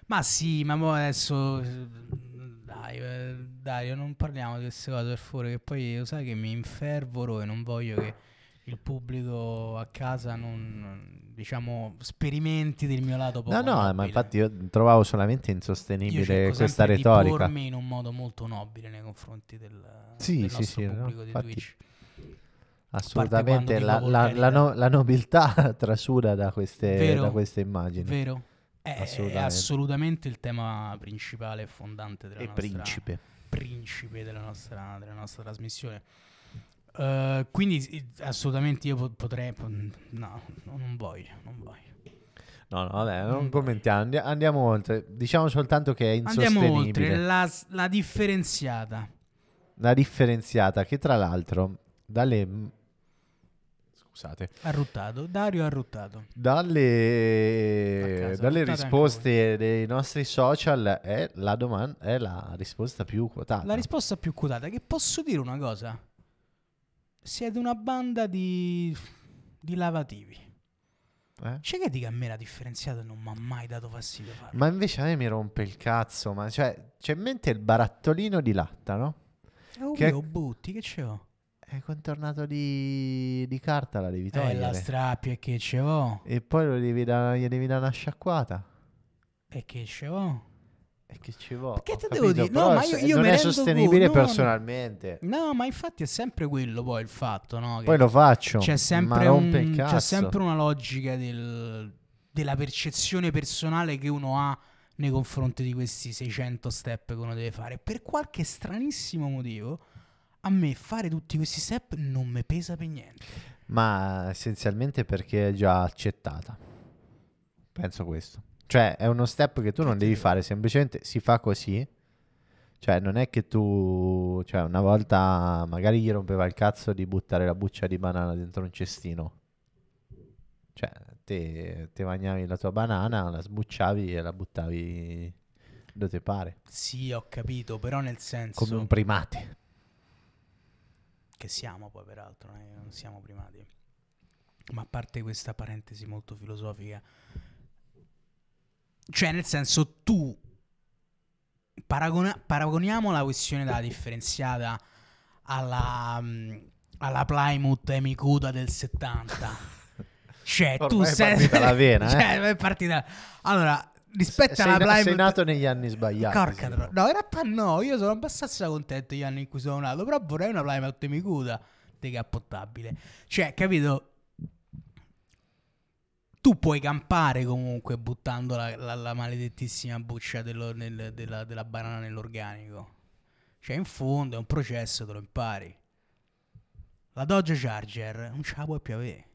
[SPEAKER 1] Ma sì, ma mo adesso... eh, Dai, eh, Dario, non parliamo di queste cose per favore, che poi lo sai che mi infervoro e non voglio che il pubblico a casa non, diciamo, sperimenti del mio lato poco
[SPEAKER 2] No, no, ma
[SPEAKER 1] nobile.
[SPEAKER 2] infatti io trovavo solamente
[SPEAKER 1] Oh, Io
[SPEAKER 2] insostenibile
[SPEAKER 1] cerco
[SPEAKER 2] questa
[SPEAKER 1] sempre
[SPEAKER 2] retorica.
[SPEAKER 1] di pormi in un modo molto nobile nei confronti del,
[SPEAKER 2] Sì,
[SPEAKER 1] del
[SPEAKER 2] sì,
[SPEAKER 1] nostro
[SPEAKER 2] sì, no,
[SPEAKER 1] pubblico di
[SPEAKER 2] infatti-
[SPEAKER 1] Twitch. quando
[SPEAKER 2] Assolutamente, la,
[SPEAKER 1] dico
[SPEAKER 2] la-
[SPEAKER 1] volgarità.
[SPEAKER 2] la no- la nobiltà <laughs> trasuda da queste,
[SPEAKER 1] Vero,
[SPEAKER 2] da queste immagini.
[SPEAKER 1] Vero? È assolutamente.
[SPEAKER 2] Assolutamente.
[SPEAKER 1] è assolutamente il tema principale e fondante della
[SPEAKER 2] E
[SPEAKER 1] nostra
[SPEAKER 2] principe.
[SPEAKER 1] principe della nostra, della nostra trasmissione. Eh, quindi sì, assolutamente io po- potrei po- no, no, non voglio, non voglio.
[SPEAKER 2] No, no, vabbè,
[SPEAKER 1] Mm.
[SPEAKER 2] non commentiamo, andi- andiamo oltre. Diciamo soltanto che è
[SPEAKER 1] Andiamo
[SPEAKER 2] insostenibile.
[SPEAKER 1] oltre la, s- la differenziata.
[SPEAKER 2] La differenziata che tra l'altro dalle scusate,
[SPEAKER 1] Arruttato, Dario arruttato.
[SPEAKER 2] dalle,
[SPEAKER 1] A casa, votate
[SPEAKER 2] dalle
[SPEAKER 1] anche
[SPEAKER 2] risposte dei nostri social è la domanda è la risposta più quotata.
[SPEAKER 1] La risposta più quotata, che posso dire una cosa? Siete una banda di, di lavativi.
[SPEAKER 2] Eh?
[SPEAKER 1] C'è che dica a me la differenziata non mi ha mai dato fastidio farlo.
[SPEAKER 2] Ma invece a me mi rompe il cazzo, ma cioè c'è in mente il barattolino di latta, no?
[SPEAKER 1] Eh, oh,
[SPEAKER 2] che-
[SPEAKER 1] io butti, che ce ho?
[SPEAKER 2] È contornato di, di carta la devi
[SPEAKER 1] Eh,
[SPEAKER 2] togliere.
[SPEAKER 1] la strappi e che ce ho?
[SPEAKER 2] e poi lo devi da- gli devi dare una sciacquata.
[SPEAKER 1] E che ce ho?
[SPEAKER 2] E che ci vuole?
[SPEAKER 1] Perché
[SPEAKER 2] Ho
[SPEAKER 1] te devo dire? No,
[SPEAKER 2] però
[SPEAKER 1] ma io-
[SPEAKER 2] se-
[SPEAKER 1] io
[SPEAKER 2] non
[SPEAKER 1] mi
[SPEAKER 2] è
[SPEAKER 1] rendo conto, no,
[SPEAKER 2] sostenibile
[SPEAKER 1] no.
[SPEAKER 2] personalmente.
[SPEAKER 1] No, ma infatti è sempre quello poi il fatto, no? Che
[SPEAKER 2] Poi lo faccio.
[SPEAKER 1] c'è,
[SPEAKER 2] Certo. ma
[SPEAKER 1] sempre
[SPEAKER 2] rompe
[SPEAKER 1] un-
[SPEAKER 2] il cazzo.
[SPEAKER 1] c'è sempre una logica del- della percezione personale che uno ha nei confronti di questi 600 step che uno deve fare. Per qualche stranissimo motivo, a me fare tutti questi step non mi pesa per niente.
[SPEAKER 2] Ma essenzialmente perché è già accettata. Penso questo. Cioè, è uno step che tu non devi fare, semplicemente si fa così. Cioè, non è che tu, cioè, una volta magari gli rompeva il cazzo di buttare la buccia di banana dentro un cestino. Cioè, te, te bagnavi la tua banana, la sbucciavi e la buttavi dove te pare,
[SPEAKER 1] Sì, ho capito, però nel senso
[SPEAKER 2] come un primate.
[SPEAKER 1] che siamo poi peraltro, non è che non siamo primati. Ma a parte questa parentesi molto filosofica, cioè nel senso tu paragona- paragoniamo la questione della differenziata alla, mm, alla Plymouth Emicuda del 70. Cioè, tu
[SPEAKER 2] Ormai è
[SPEAKER 1] sei
[SPEAKER 2] partita
[SPEAKER 1] <laughs>
[SPEAKER 2] la vena, eh.
[SPEAKER 1] Cioè, è partita. Allora, rispetto
[SPEAKER 2] sei,
[SPEAKER 1] alla
[SPEAKER 2] na- sei
[SPEAKER 1] Plymouth
[SPEAKER 2] nato negli anni sbagliati.
[SPEAKER 1] Porca
[SPEAKER 2] sì.
[SPEAKER 1] tro- No, in realtà no, io sono abbastanza contento gli anni in cui sono nato, però vorrei una Plymouth Temicuda decappottabile. Cioè, capito? Tu puoi campare comunque buttando la, la- la maledettissima buccia dello- nel- della, della banana nell'organico. Cioè, in fondo è un processo, te lo impari. La Dodge Charger non ce la puoi più avere.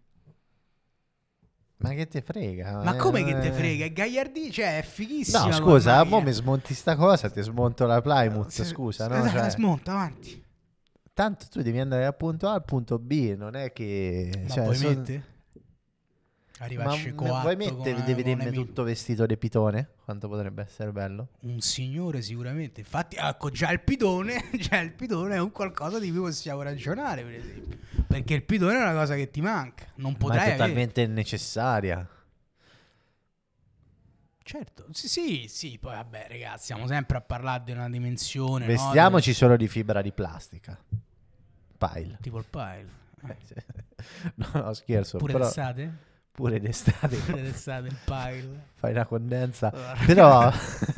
[SPEAKER 2] Ma che te frega?
[SPEAKER 1] Ma
[SPEAKER 2] eh,
[SPEAKER 1] come che te
[SPEAKER 2] eh.
[SPEAKER 1] frega? Gagliardi, cioè, è fighissima.
[SPEAKER 2] No,
[SPEAKER 1] come
[SPEAKER 2] scusa,
[SPEAKER 1] macchina.
[SPEAKER 2] mo mi smonti sta cosa, ti smonto la Plymouth,
[SPEAKER 1] Se-
[SPEAKER 2] scusa,
[SPEAKER 1] se- <laughs>
[SPEAKER 2] no?
[SPEAKER 1] dai,
[SPEAKER 2] Cioè,
[SPEAKER 1] smonta, avanti.
[SPEAKER 2] tanto tu devi andare dal punto A al punto B, non è che...
[SPEAKER 1] Ma
[SPEAKER 2] cioè,
[SPEAKER 1] vuoi
[SPEAKER 2] son-
[SPEAKER 1] mettere?
[SPEAKER 2] ma
[SPEAKER 1] Arrivarci
[SPEAKER 2] m-
[SPEAKER 1] coatto
[SPEAKER 2] vuoi
[SPEAKER 1] con eh,
[SPEAKER 2] mettere,
[SPEAKER 1] una-
[SPEAKER 2] devi
[SPEAKER 1] con un
[SPEAKER 2] dirmi
[SPEAKER 1] amico.
[SPEAKER 2] tutto vestito di pitone? Quanto potrebbe essere bello?
[SPEAKER 1] Un signore sicuramente. Infatti, ecco, già il pitone, <laughs> già il pitone è un qualcosa di cui possiamo ragionare, per esempio. Perché il pitone è una cosa che ti manca. Non
[SPEAKER 2] Ma è
[SPEAKER 1] potrai avere.
[SPEAKER 2] totalmente necessaria.
[SPEAKER 1] Certo, sì, sì, sì. Poi vabbè, ragazzi, stiamo sempre a parlare di una dimensione. no?
[SPEAKER 2] Vestiamoci solo di fibra di plastica. Pile.
[SPEAKER 1] Del-
[SPEAKER 2] <laughs>
[SPEAKER 1] Tipo il pile. Eh,
[SPEAKER 2] No, no, scherzo,
[SPEAKER 1] Pure
[SPEAKER 2] però <laughs>
[SPEAKER 1] d'estate?
[SPEAKER 2] pure d'estate.
[SPEAKER 1] Pure d'estate il pile.
[SPEAKER 2] <laughs> Fai una condensa.
[SPEAKER 1] Allora.
[SPEAKER 2] Però,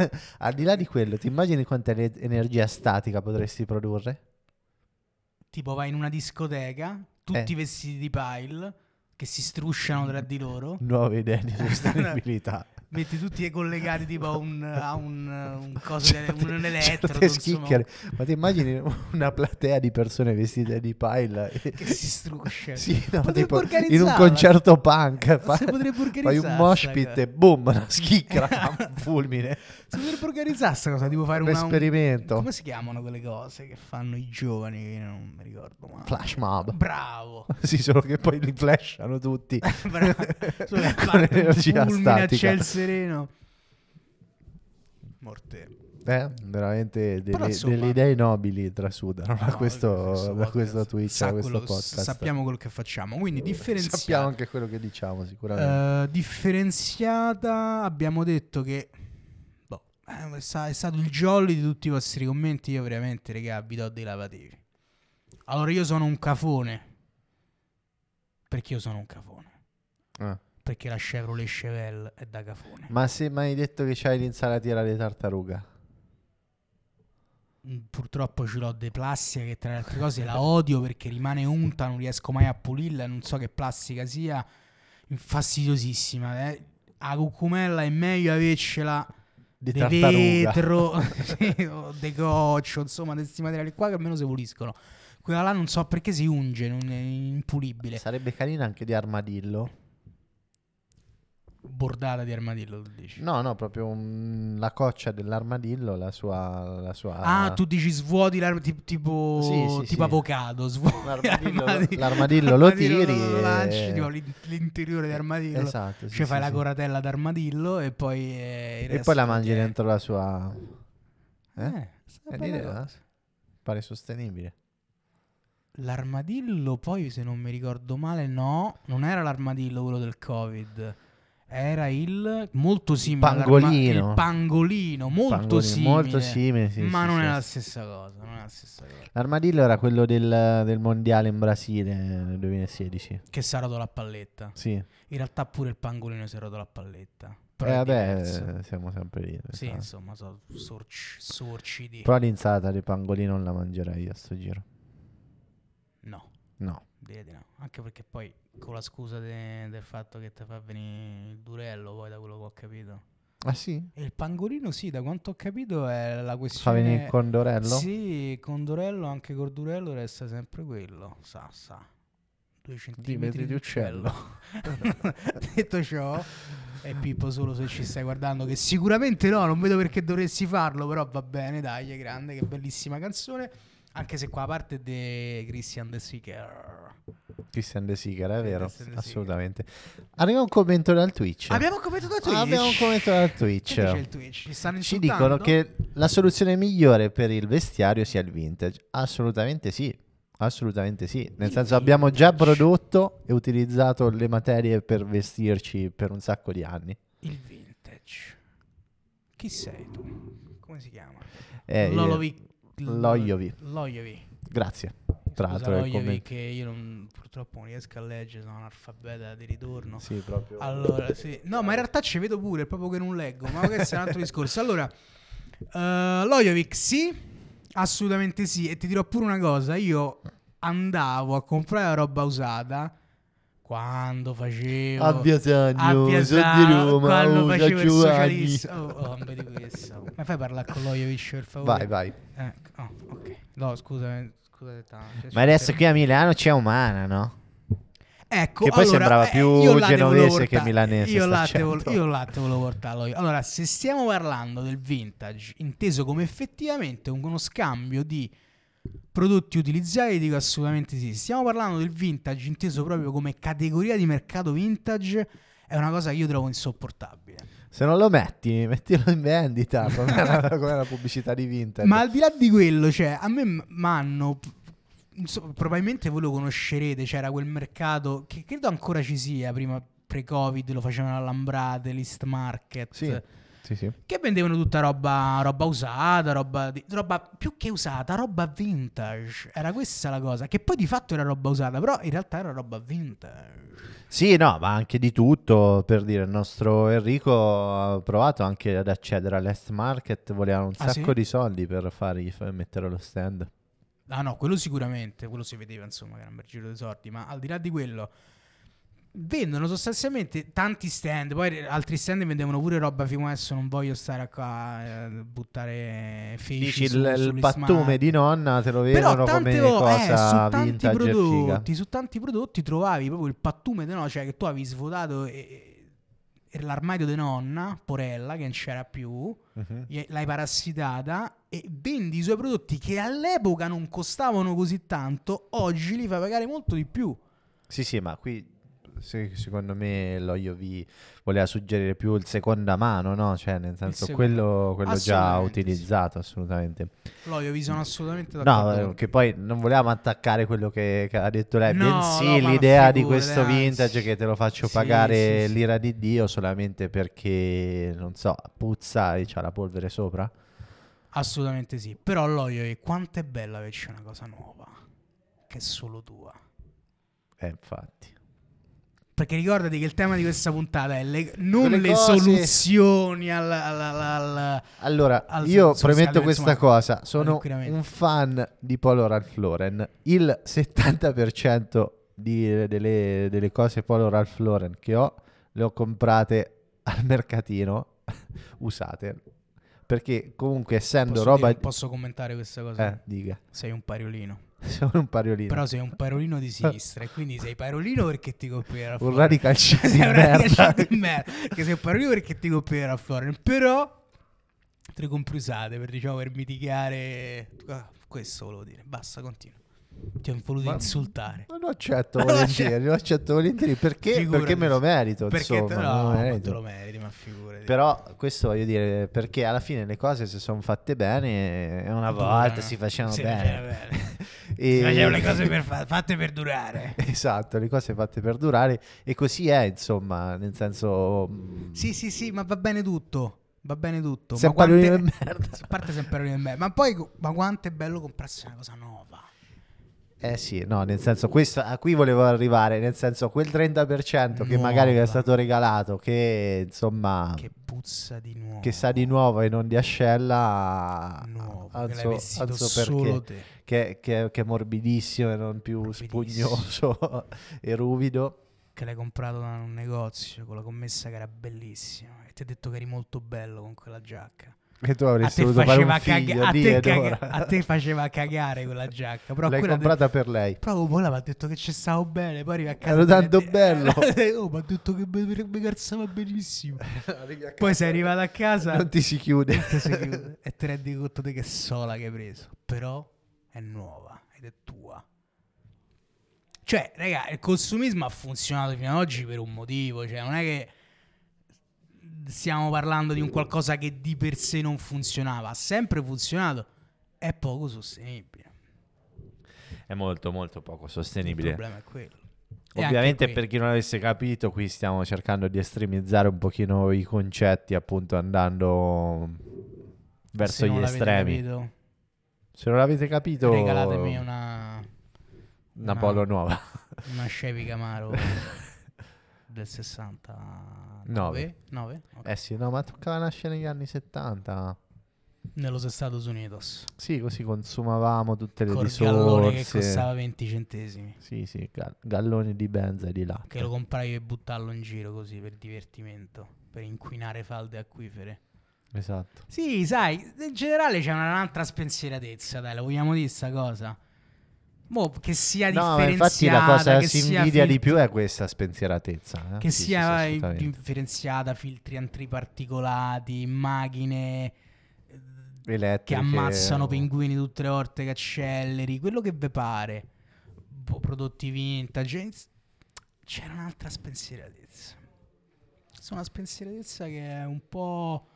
[SPEAKER 2] <laughs> al di là di quello, ti immagini quanta ener- energia statica potresti produrre?
[SPEAKER 1] tipo vai in una discoteca, tutti
[SPEAKER 2] Eh.
[SPEAKER 1] vestiti di pile, che si strusciano tra di loro.
[SPEAKER 2] Nuove
[SPEAKER 1] <laughs>
[SPEAKER 2] idee di sostenibilità.
[SPEAKER 1] Metti tutti e collegati tipo a un, a un, un coso,
[SPEAKER 2] Cioè,
[SPEAKER 1] un, un
[SPEAKER 2] te-
[SPEAKER 1] elettrodo,
[SPEAKER 2] te
[SPEAKER 1] insomma,
[SPEAKER 2] schicchiare. Ma ti immagini una platea di persone vestite di pile? <laughs>
[SPEAKER 1] che si struscia.
[SPEAKER 2] Sì, no,
[SPEAKER 1] Potrebbe
[SPEAKER 2] tipo in un
[SPEAKER 1] organizzarla.
[SPEAKER 2] concerto punk.
[SPEAKER 1] Se potrebbe
[SPEAKER 2] fai un
[SPEAKER 1] organizzarla,
[SPEAKER 2] mosh pit
[SPEAKER 1] guarda.
[SPEAKER 2] e boom, una schicca, un
[SPEAKER 1] <laughs>
[SPEAKER 2] fulmine.
[SPEAKER 1] Si dovrebbe organizzare questa cosa, tipo fare
[SPEAKER 2] Un
[SPEAKER 1] una-
[SPEAKER 2] esperimento.
[SPEAKER 1] come si chiamano quelle cose che fanno i giovani? Che non mi ricordo. Ma...
[SPEAKER 2] Flash mob. <laughs>
[SPEAKER 1] Bravo.
[SPEAKER 2] Sì, solo che poi li flashano tutti.
[SPEAKER 1] Bravo. Solo che
[SPEAKER 2] Con
[SPEAKER 1] parte un
[SPEAKER 2] l'energia
[SPEAKER 1] fulmine a
[SPEAKER 2] statica.
[SPEAKER 1] ciel sereno. Morte.
[SPEAKER 2] Eh, veramente
[SPEAKER 1] Però,
[SPEAKER 2] delle,
[SPEAKER 1] insomma-
[SPEAKER 2] delle idee nobili trasudano da
[SPEAKER 1] No,
[SPEAKER 2] questo, da
[SPEAKER 1] podcast
[SPEAKER 2] questo Twitch,
[SPEAKER 1] sa
[SPEAKER 2] da questo
[SPEAKER 1] quello-
[SPEAKER 2] podcast.
[SPEAKER 1] Sappiamo quello che facciamo. Quindi differenziata.
[SPEAKER 2] Sappiamo anche quello che diciamo, sicuramente.
[SPEAKER 1] Eh, differenziata abbiamo detto che boh, eh, è sta- è stato il jolly di tutti i vostri commenti. Io veramente, raga, vi do dei lavativi. Allora, io sono un cafone. Perché io sono un cafone?
[SPEAKER 2] Ah.
[SPEAKER 1] Perché la Chevrolet Chevelle è da cafone.
[SPEAKER 2] Ma se mai detto che c'hai l'insalatiera di tartaruga?
[SPEAKER 1] Mm, Purtroppo ce l'ho de plastica che tra le altre cose la odio perché rimane unta, non riesco mai a pulirla, non so che plastica sia, fastidiosissima. Eh. A cucumella è meglio avercela
[SPEAKER 2] Di
[SPEAKER 1] de
[SPEAKER 2] tartaruga. <laughs>
[SPEAKER 1] vetro, sì, o de goccio, insomma, di questi materiali qua che almeno si puliscono. Quella là non so perché si unge, non è impulibile.
[SPEAKER 2] Sarebbe carina anche di armadillo.
[SPEAKER 1] Bordata di armadillo, tu dici.
[SPEAKER 2] No, no, proprio un- la coccia dell'armadillo, la sua... La sua
[SPEAKER 1] Ah, tu dici svuoti l'arma, ti- tipo,
[SPEAKER 2] Sì, sì,
[SPEAKER 1] tipo
[SPEAKER 2] sì.
[SPEAKER 1] avocado, svuoti
[SPEAKER 2] L'armadillo,
[SPEAKER 1] l'armadi-
[SPEAKER 2] lo- l'armadillo lo
[SPEAKER 1] l'armadillo
[SPEAKER 2] tiri
[SPEAKER 1] lo
[SPEAKER 2] e-
[SPEAKER 1] lanci, tipo l'in- l'interiore dell'armadillo.
[SPEAKER 2] Esatto. sì,
[SPEAKER 1] cioè
[SPEAKER 2] sì,
[SPEAKER 1] fai la
[SPEAKER 2] sì.
[SPEAKER 1] coratella d'armadillo e poi... eh, il
[SPEAKER 2] E
[SPEAKER 1] resto
[SPEAKER 2] poi la mangi
[SPEAKER 1] che-
[SPEAKER 2] dentro la sua...
[SPEAKER 1] Eh,
[SPEAKER 2] Eh?
[SPEAKER 1] sta
[SPEAKER 2] È
[SPEAKER 1] bella
[SPEAKER 2] un'idea.
[SPEAKER 1] cosa.
[SPEAKER 2] Pare sostenibile.
[SPEAKER 1] L'armadillo poi, se non mi ricordo male, no, non era l'armadillo quello del Covid. Era il molto simile all'arma-
[SPEAKER 2] pangolino.
[SPEAKER 1] il pangolino, molto
[SPEAKER 2] Pangolino,
[SPEAKER 1] simile,
[SPEAKER 2] Molto simile, sì,
[SPEAKER 1] ma
[SPEAKER 2] sì,
[SPEAKER 1] non
[SPEAKER 2] sì,
[SPEAKER 1] è la
[SPEAKER 2] sì.
[SPEAKER 1] stessa cosa, non è la stessa cosa.
[SPEAKER 2] L'armadillo era quello del, del mondiale in Brasile nel 2016.
[SPEAKER 1] Che si è rotto la palletta.
[SPEAKER 2] Sì.
[SPEAKER 1] In realtà pure il pangolino si è rotto la palletta. Però
[SPEAKER 2] Eh,
[SPEAKER 1] è
[SPEAKER 2] vabbè,
[SPEAKER 1] diverso.
[SPEAKER 2] eh, siamo sempre lì.
[SPEAKER 1] Sì,
[SPEAKER 2] esatto.
[SPEAKER 1] insomma, so, sorci- sorcidi.
[SPEAKER 2] Però l'insalata di pangolino non la mangerei io a sto giro.
[SPEAKER 1] no,
[SPEAKER 2] No.
[SPEAKER 1] direi di no. Anche perché poi con la scusa de- del fatto che ti fa venire il durello, poi da quello che ho capito.
[SPEAKER 2] Ah sì?
[SPEAKER 1] E il pangolino, sì, da quanto ho capito è la
[SPEAKER 2] Fa
[SPEAKER 1] questione...
[SPEAKER 2] venire il condorello?
[SPEAKER 1] Cioè,
[SPEAKER 2] <laughs>
[SPEAKER 1] Sì, Condorello, anche Cordurello resta sempre quello. Sa, sa. Due centimetri di uccello. <laughs> Detto ciò, e Pippo solo se ci stai guardando, che sicuramente no, non vedo perché dovresti farlo, però va bene, dai, è grande, che bellissima canzone. Anche se qua a parte di Christian The Seeker.
[SPEAKER 2] Christian De Sigar, è vero,
[SPEAKER 1] Christian De Sica.
[SPEAKER 2] assolutamente. Arriva un commento dal Twitch.
[SPEAKER 1] Abbiamo commentato da Twitch.
[SPEAKER 2] Cioè. Abbiamo un commento dal Twitch.
[SPEAKER 1] Che dice il Twitch? Ci stanno
[SPEAKER 2] Ci
[SPEAKER 1] insultando?
[SPEAKER 2] dicono che la soluzione migliore per il vestiario sia il vintage. Assolutamente sì. Assolutamente sì. Nel
[SPEAKER 1] Il
[SPEAKER 2] senso abbiamo già
[SPEAKER 1] vintage.
[SPEAKER 2] prodotto e utilizzato le materie per vestirci per un sacco di anni.
[SPEAKER 1] Il vintage. Chi sei tu? Come si chiama?
[SPEAKER 2] Eh,
[SPEAKER 1] Lolovic.
[SPEAKER 2] Lojovi.
[SPEAKER 1] Lojovi.
[SPEAKER 2] Grazie.
[SPEAKER 1] Scusa,
[SPEAKER 2] Tra l'altro è il
[SPEAKER 1] Lojovi
[SPEAKER 2] commento.
[SPEAKER 1] che io non- purtroppo non riesco a leggere, sono analfabeta di ritorno.
[SPEAKER 2] Sì, proprio.
[SPEAKER 1] Allora, sì. No, ma in realtà ci vedo pure, è proprio che non leggo, ma questo è un altro discorso. Allora, eh, Lojovic sì, assolutamente sì. E ti dirò pure una cosa, io andavo a comprare la roba usata quando facevo...
[SPEAKER 2] A oh, Piasagno,
[SPEAKER 1] Piazzano,
[SPEAKER 2] sono di Roma,
[SPEAKER 1] quando
[SPEAKER 2] usa
[SPEAKER 1] facevo il
[SPEAKER 2] Giovanni.
[SPEAKER 1] socialista. Oh, oh, non vedi questo. uh, Ma fai parlare con Lojovic, per favore?
[SPEAKER 2] Vai, vai.
[SPEAKER 1] Eh, oh, ok. No, scusa, scusa tanto. Cioè,
[SPEAKER 2] Ma adesso
[SPEAKER 1] scusa.
[SPEAKER 2] qui a Milano c'è Umana, no?
[SPEAKER 1] Ecco,
[SPEAKER 2] che poi
[SPEAKER 1] allora,
[SPEAKER 2] sembrava
[SPEAKER 1] eh,
[SPEAKER 2] più
[SPEAKER 1] io là te volevo
[SPEAKER 2] genovese che
[SPEAKER 1] portare-
[SPEAKER 2] milanese,
[SPEAKER 1] Io
[SPEAKER 2] sta
[SPEAKER 1] là, te
[SPEAKER 2] accento.
[SPEAKER 1] volevo, io là te volevo portarlo io. Allora, se stiamo parlando del vintage, inteso come effettivamente un- uno scambio di prodotti utilizzati, dico assolutamente sì. Stiamo parlando del vintage, inteso proprio come categoria di mercato vintage, è una cosa che io trovo insopportabile.
[SPEAKER 2] Se non lo metti, mettilo in
[SPEAKER 1] <laughs>
[SPEAKER 2] vendita come era, come era la pubblicità di Vintage.
[SPEAKER 1] Ma al di là di quello, cioè, a me mi hanno. insomma, probabilmente voi lo conoscerete. C'era quel mercato che credo ancora ci sia. Prima pre-Covid lo facevano all'Ambrate, l'East Market.
[SPEAKER 2] Sì, sì, sì.
[SPEAKER 1] Che vendevano tutta roba, roba usata, roba, di- roba più che usata, roba vintage. Era questa la cosa. Che poi di fatto era roba usata, però in realtà era roba vintage.
[SPEAKER 2] Sì, no, ma anche di tutto, per dire, il nostro Enrico ha provato anche ad accedere all'est market, voleva un
[SPEAKER 1] Ah,
[SPEAKER 2] sacco
[SPEAKER 1] sì?
[SPEAKER 2] di soldi per fargli fa- mettere lo stand.
[SPEAKER 1] Ah no, quello sicuramente, quello si vedeva insomma che era un bel giro di sordi, ma al di là di quello vendono sostanzialmente tanti stand, poi altri stand vendevano pure roba fino adesso, non voglio stare a qua eh, a buttare feci
[SPEAKER 2] Dici
[SPEAKER 1] su-
[SPEAKER 2] il, il
[SPEAKER 1] sugli
[SPEAKER 2] pattume
[SPEAKER 1] smart.
[SPEAKER 2] di nonna, te lo
[SPEAKER 1] però
[SPEAKER 2] vedono
[SPEAKER 1] tante
[SPEAKER 2] come
[SPEAKER 1] vo- eh,
[SPEAKER 2] cosa
[SPEAKER 1] su tanti
[SPEAKER 2] vintage e figa.
[SPEAKER 1] prodotti, su tanti prodotti trovavi proprio il pattume di nonna, cioè che tu avevi svuotato e- e l'armadio di nonna, porella, che non c'era più,
[SPEAKER 2] Mhm.
[SPEAKER 1] gli- l'hai parassitata e vendi i suoi prodotti che all'epoca non costavano così tanto, oggi li fai pagare molto di più.
[SPEAKER 2] Sì, sì, ma qui se- secondo me l'Oio vi voleva suggerire più il seconda mano, no? Cioè, nel senso
[SPEAKER 1] secondo-
[SPEAKER 2] quello, quello già
[SPEAKER 1] Assolutamente, sì.
[SPEAKER 2] utilizzato, assolutamente.
[SPEAKER 1] No, io vi sono assolutamente
[SPEAKER 2] No,
[SPEAKER 1] d'accordo.
[SPEAKER 2] eh, che poi non volevamo attaccare quello che, che ha detto lei,
[SPEAKER 1] No,
[SPEAKER 2] bensì
[SPEAKER 1] no, ma
[SPEAKER 2] l'idea di
[SPEAKER 1] figurati,
[SPEAKER 2] questo
[SPEAKER 1] anzi.
[SPEAKER 2] vintage che te lo faccio
[SPEAKER 1] Sì,
[SPEAKER 2] pagare
[SPEAKER 1] sì, sì.
[SPEAKER 2] l'ira di Dio solamente perché, non so, puzza e c'ha la polvere sopra.
[SPEAKER 1] Assolutamente sì. Però Loio, e quanto è bello averci una cosa nuova che è solo tua.
[SPEAKER 2] Eh, infatti.
[SPEAKER 1] Perché ricordati che il tema di questa puntata è le- non
[SPEAKER 2] Quelle
[SPEAKER 1] le
[SPEAKER 2] cose-
[SPEAKER 1] soluzioni al, al- al- al-
[SPEAKER 2] Allora,
[SPEAKER 1] Al-
[SPEAKER 2] io
[SPEAKER 1] sul
[SPEAKER 2] premetto
[SPEAKER 1] scalo,
[SPEAKER 2] questa
[SPEAKER 1] insomma,
[SPEAKER 2] cosa, sono
[SPEAKER 1] all'inquinamento.
[SPEAKER 2] un fan di Polo Ralph Lauren, il 70% di- delle, delle cose Polo Ralph Lauren che ho le ho comprate al mercatino, <laughs> usate, perché comunque essendo
[SPEAKER 1] Posso,
[SPEAKER 2] roba...
[SPEAKER 1] dire- posso commentare questa cosa?
[SPEAKER 2] Eh, diga,
[SPEAKER 1] Sei un pariolino.
[SPEAKER 2] <laughs> sono un pariolino,
[SPEAKER 1] Però sei un parolino
[SPEAKER 2] <laughs>
[SPEAKER 1] di sinistra e quindi sei parolino perché ti colpirà
[SPEAKER 2] un
[SPEAKER 1] fuori.
[SPEAKER 2] radical shit di
[SPEAKER 1] sei <laughs> un
[SPEAKER 2] merda.
[SPEAKER 1] radical di merda. Che sei un parolino perché ti colpirà fuori. Però te le compri usate per diciamo per mitigare Ah, questo volevo dire. Basta, continua. Ti ho voluto
[SPEAKER 2] Ma-
[SPEAKER 1] insultare.
[SPEAKER 2] Ma Lo accetto
[SPEAKER 1] Ma lo
[SPEAKER 2] volentieri, lo accetto volentieri perché, perché
[SPEAKER 1] Figurati.
[SPEAKER 2] me lo merito,
[SPEAKER 1] Perché te,
[SPEAKER 2] insomma,
[SPEAKER 1] no,
[SPEAKER 2] me lo
[SPEAKER 1] ma
[SPEAKER 2] merito.
[SPEAKER 1] te lo meriti, ma figurati.
[SPEAKER 2] Però questo voglio dire, perché alla fine le cose se sono fatte bene, eh, una
[SPEAKER 1] Durano.
[SPEAKER 2] volta si facevano
[SPEAKER 1] Si
[SPEAKER 2] bene.
[SPEAKER 1] facevano
[SPEAKER 2] <laughs>
[SPEAKER 1] bene.
[SPEAKER 2] E-
[SPEAKER 1] Si facevano le cose per fa- fatte per durare.
[SPEAKER 2] Esatto, le cose fatte per durare e così è, insomma, nel senso... mm, mh,
[SPEAKER 1] Sì, sì, sì, ma va bene tutto. Va bene tutto.
[SPEAKER 2] Sei
[SPEAKER 1] ma
[SPEAKER 2] un parolino
[SPEAKER 1] quante-
[SPEAKER 2] di merda.
[SPEAKER 1] Si parte sempre in me. Ma poi, co- ma quanto è bello comprarsi una cosa nuova.
[SPEAKER 2] Eh sì, no, nel senso, questo, a qui volevo arrivare, nel senso, quel 30% che magari vi è
[SPEAKER 1] Nuova.
[SPEAKER 2] stato regalato, che insomma...
[SPEAKER 1] Che puzza di nuovo.
[SPEAKER 2] Ah.
[SPEAKER 1] Ah,
[SPEAKER 2] che sa di nuovo e non di ascella
[SPEAKER 1] Nuovo, che l'hai
[SPEAKER 2] alzo,
[SPEAKER 1] vestito
[SPEAKER 2] alzo
[SPEAKER 1] solo
[SPEAKER 2] perché
[SPEAKER 1] te.
[SPEAKER 2] che, che- che è morbidissimo e non più
[SPEAKER 1] Morbidissimo.
[SPEAKER 2] spugnoso <laughs> e ruvido
[SPEAKER 1] Che l'hai comprato da un negozio con la commessa che era bellissima. E ti ha detto che eri molto bello con quella giacca.
[SPEAKER 2] e tu
[SPEAKER 1] A
[SPEAKER 2] avresti
[SPEAKER 1] te,
[SPEAKER 2] dovuto fare un
[SPEAKER 1] faceva
[SPEAKER 2] figlio
[SPEAKER 1] caga- a,
[SPEAKER 2] lì
[SPEAKER 1] te
[SPEAKER 2] ed
[SPEAKER 1] caga-
[SPEAKER 2] ora.
[SPEAKER 1] a te faceva cagare
[SPEAKER 2] <laughs>
[SPEAKER 1] quella giacca. Però
[SPEAKER 2] l'hai
[SPEAKER 1] quella te-
[SPEAKER 2] comprata
[SPEAKER 1] <laughs>
[SPEAKER 2] per lei
[SPEAKER 1] Però poi l'aveva detto che ci stavo bene, poi arriva a casa.
[SPEAKER 2] Ero
[SPEAKER 1] e te
[SPEAKER 2] tanto
[SPEAKER 1] ne- <laughs>
[SPEAKER 2] bello.
[SPEAKER 1] oh, ma ha detto che mi, mi calzava
[SPEAKER 2] <laughs>
[SPEAKER 1] benissimo.
[SPEAKER 2] Arrivi a
[SPEAKER 1] Poi
[SPEAKER 2] casa,
[SPEAKER 1] sei arrivato a casa.
[SPEAKER 2] non ti si chiude
[SPEAKER 1] <laughs> Te si chiude e ti rendi conto di che sola che hai preso. Però è nuova ed è tua. Cioè, raga, il consumismo ha funzionato fino ad oggi per un motivo. Cioè, non è che stiamo parlando di un qualcosa che di per sé non funzionava. Ha sempre funzionato. È poco sostenibile.
[SPEAKER 2] è molto molto poco
[SPEAKER 1] Il problema è quello. E anche
[SPEAKER 2] Ovviamente
[SPEAKER 1] qui-
[SPEAKER 2] per chi non avesse capito, qui stiamo cercando di estremizzare un pochino i concetti, appunto andando verso
[SPEAKER 1] se non
[SPEAKER 2] gli
[SPEAKER 1] l'avete
[SPEAKER 2] estremi.
[SPEAKER 1] capito,
[SPEAKER 2] Se non l'avete capito,
[SPEAKER 1] regalatemi una,
[SPEAKER 2] una
[SPEAKER 1] una-
[SPEAKER 2] Polo nuova.
[SPEAKER 1] una Chevy
[SPEAKER 2] <laughs>
[SPEAKER 1] Camaro del 69
[SPEAKER 2] Nove.
[SPEAKER 1] Nove? Ok.
[SPEAKER 2] Eh sì, no, ma toccava nascere negli anni 70. Eh.
[SPEAKER 1] nello Estados Unidos
[SPEAKER 2] Sì, così consumavamo tutte le
[SPEAKER 1] col gallone che costava
[SPEAKER 2] risorse.
[SPEAKER 1] 20 centesimi
[SPEAKER 2] Sì, sì, ga- galloni di benza e di latte.
[SPEAKER 1] che lo comprai e buttarlo in giro così per divertimento per inquinare falde acquifere
[SPEAKER 2] Esatto.
[SPEAKER 1] Sì, sai, in generale c'è una- un'altra spensieratezza, dai, la vogliamo dire sta cosa. Mo, che sia
[SPEAKER 2] No, ma infatti
[SPEAKER 1] differenziata,
[SPEAKER 2] la cosa
[SPEAKER 1] che
[SPEAKER 2] che si
[SPEAKER 1] sia
[SPEAKER 2] invidia
[SPEAKER 1] fil-
[SPEAKER 2] di più è questa spensieratezza. eh.
[SPEAKER 1] che
[SPEAKER 2] Sì, sì, sì,
[SPEAKER 1] sia
[SPEAKER 2] assolutamente.
[SPEAKER 1] differenziata, filtri antiparticolati, macchine eh, che
[SPEAKER 2] Elettriche,
[SPEAKER 1] ammazzano
[SPEAKER 2] o-
[SPEAKER 1] pinguini tutte le volte che acceleri, quello che ve pare. Boh, prodotti vintage. ins- C'era un'altra spensieratezza. C'è una spensieratezza che è un po'.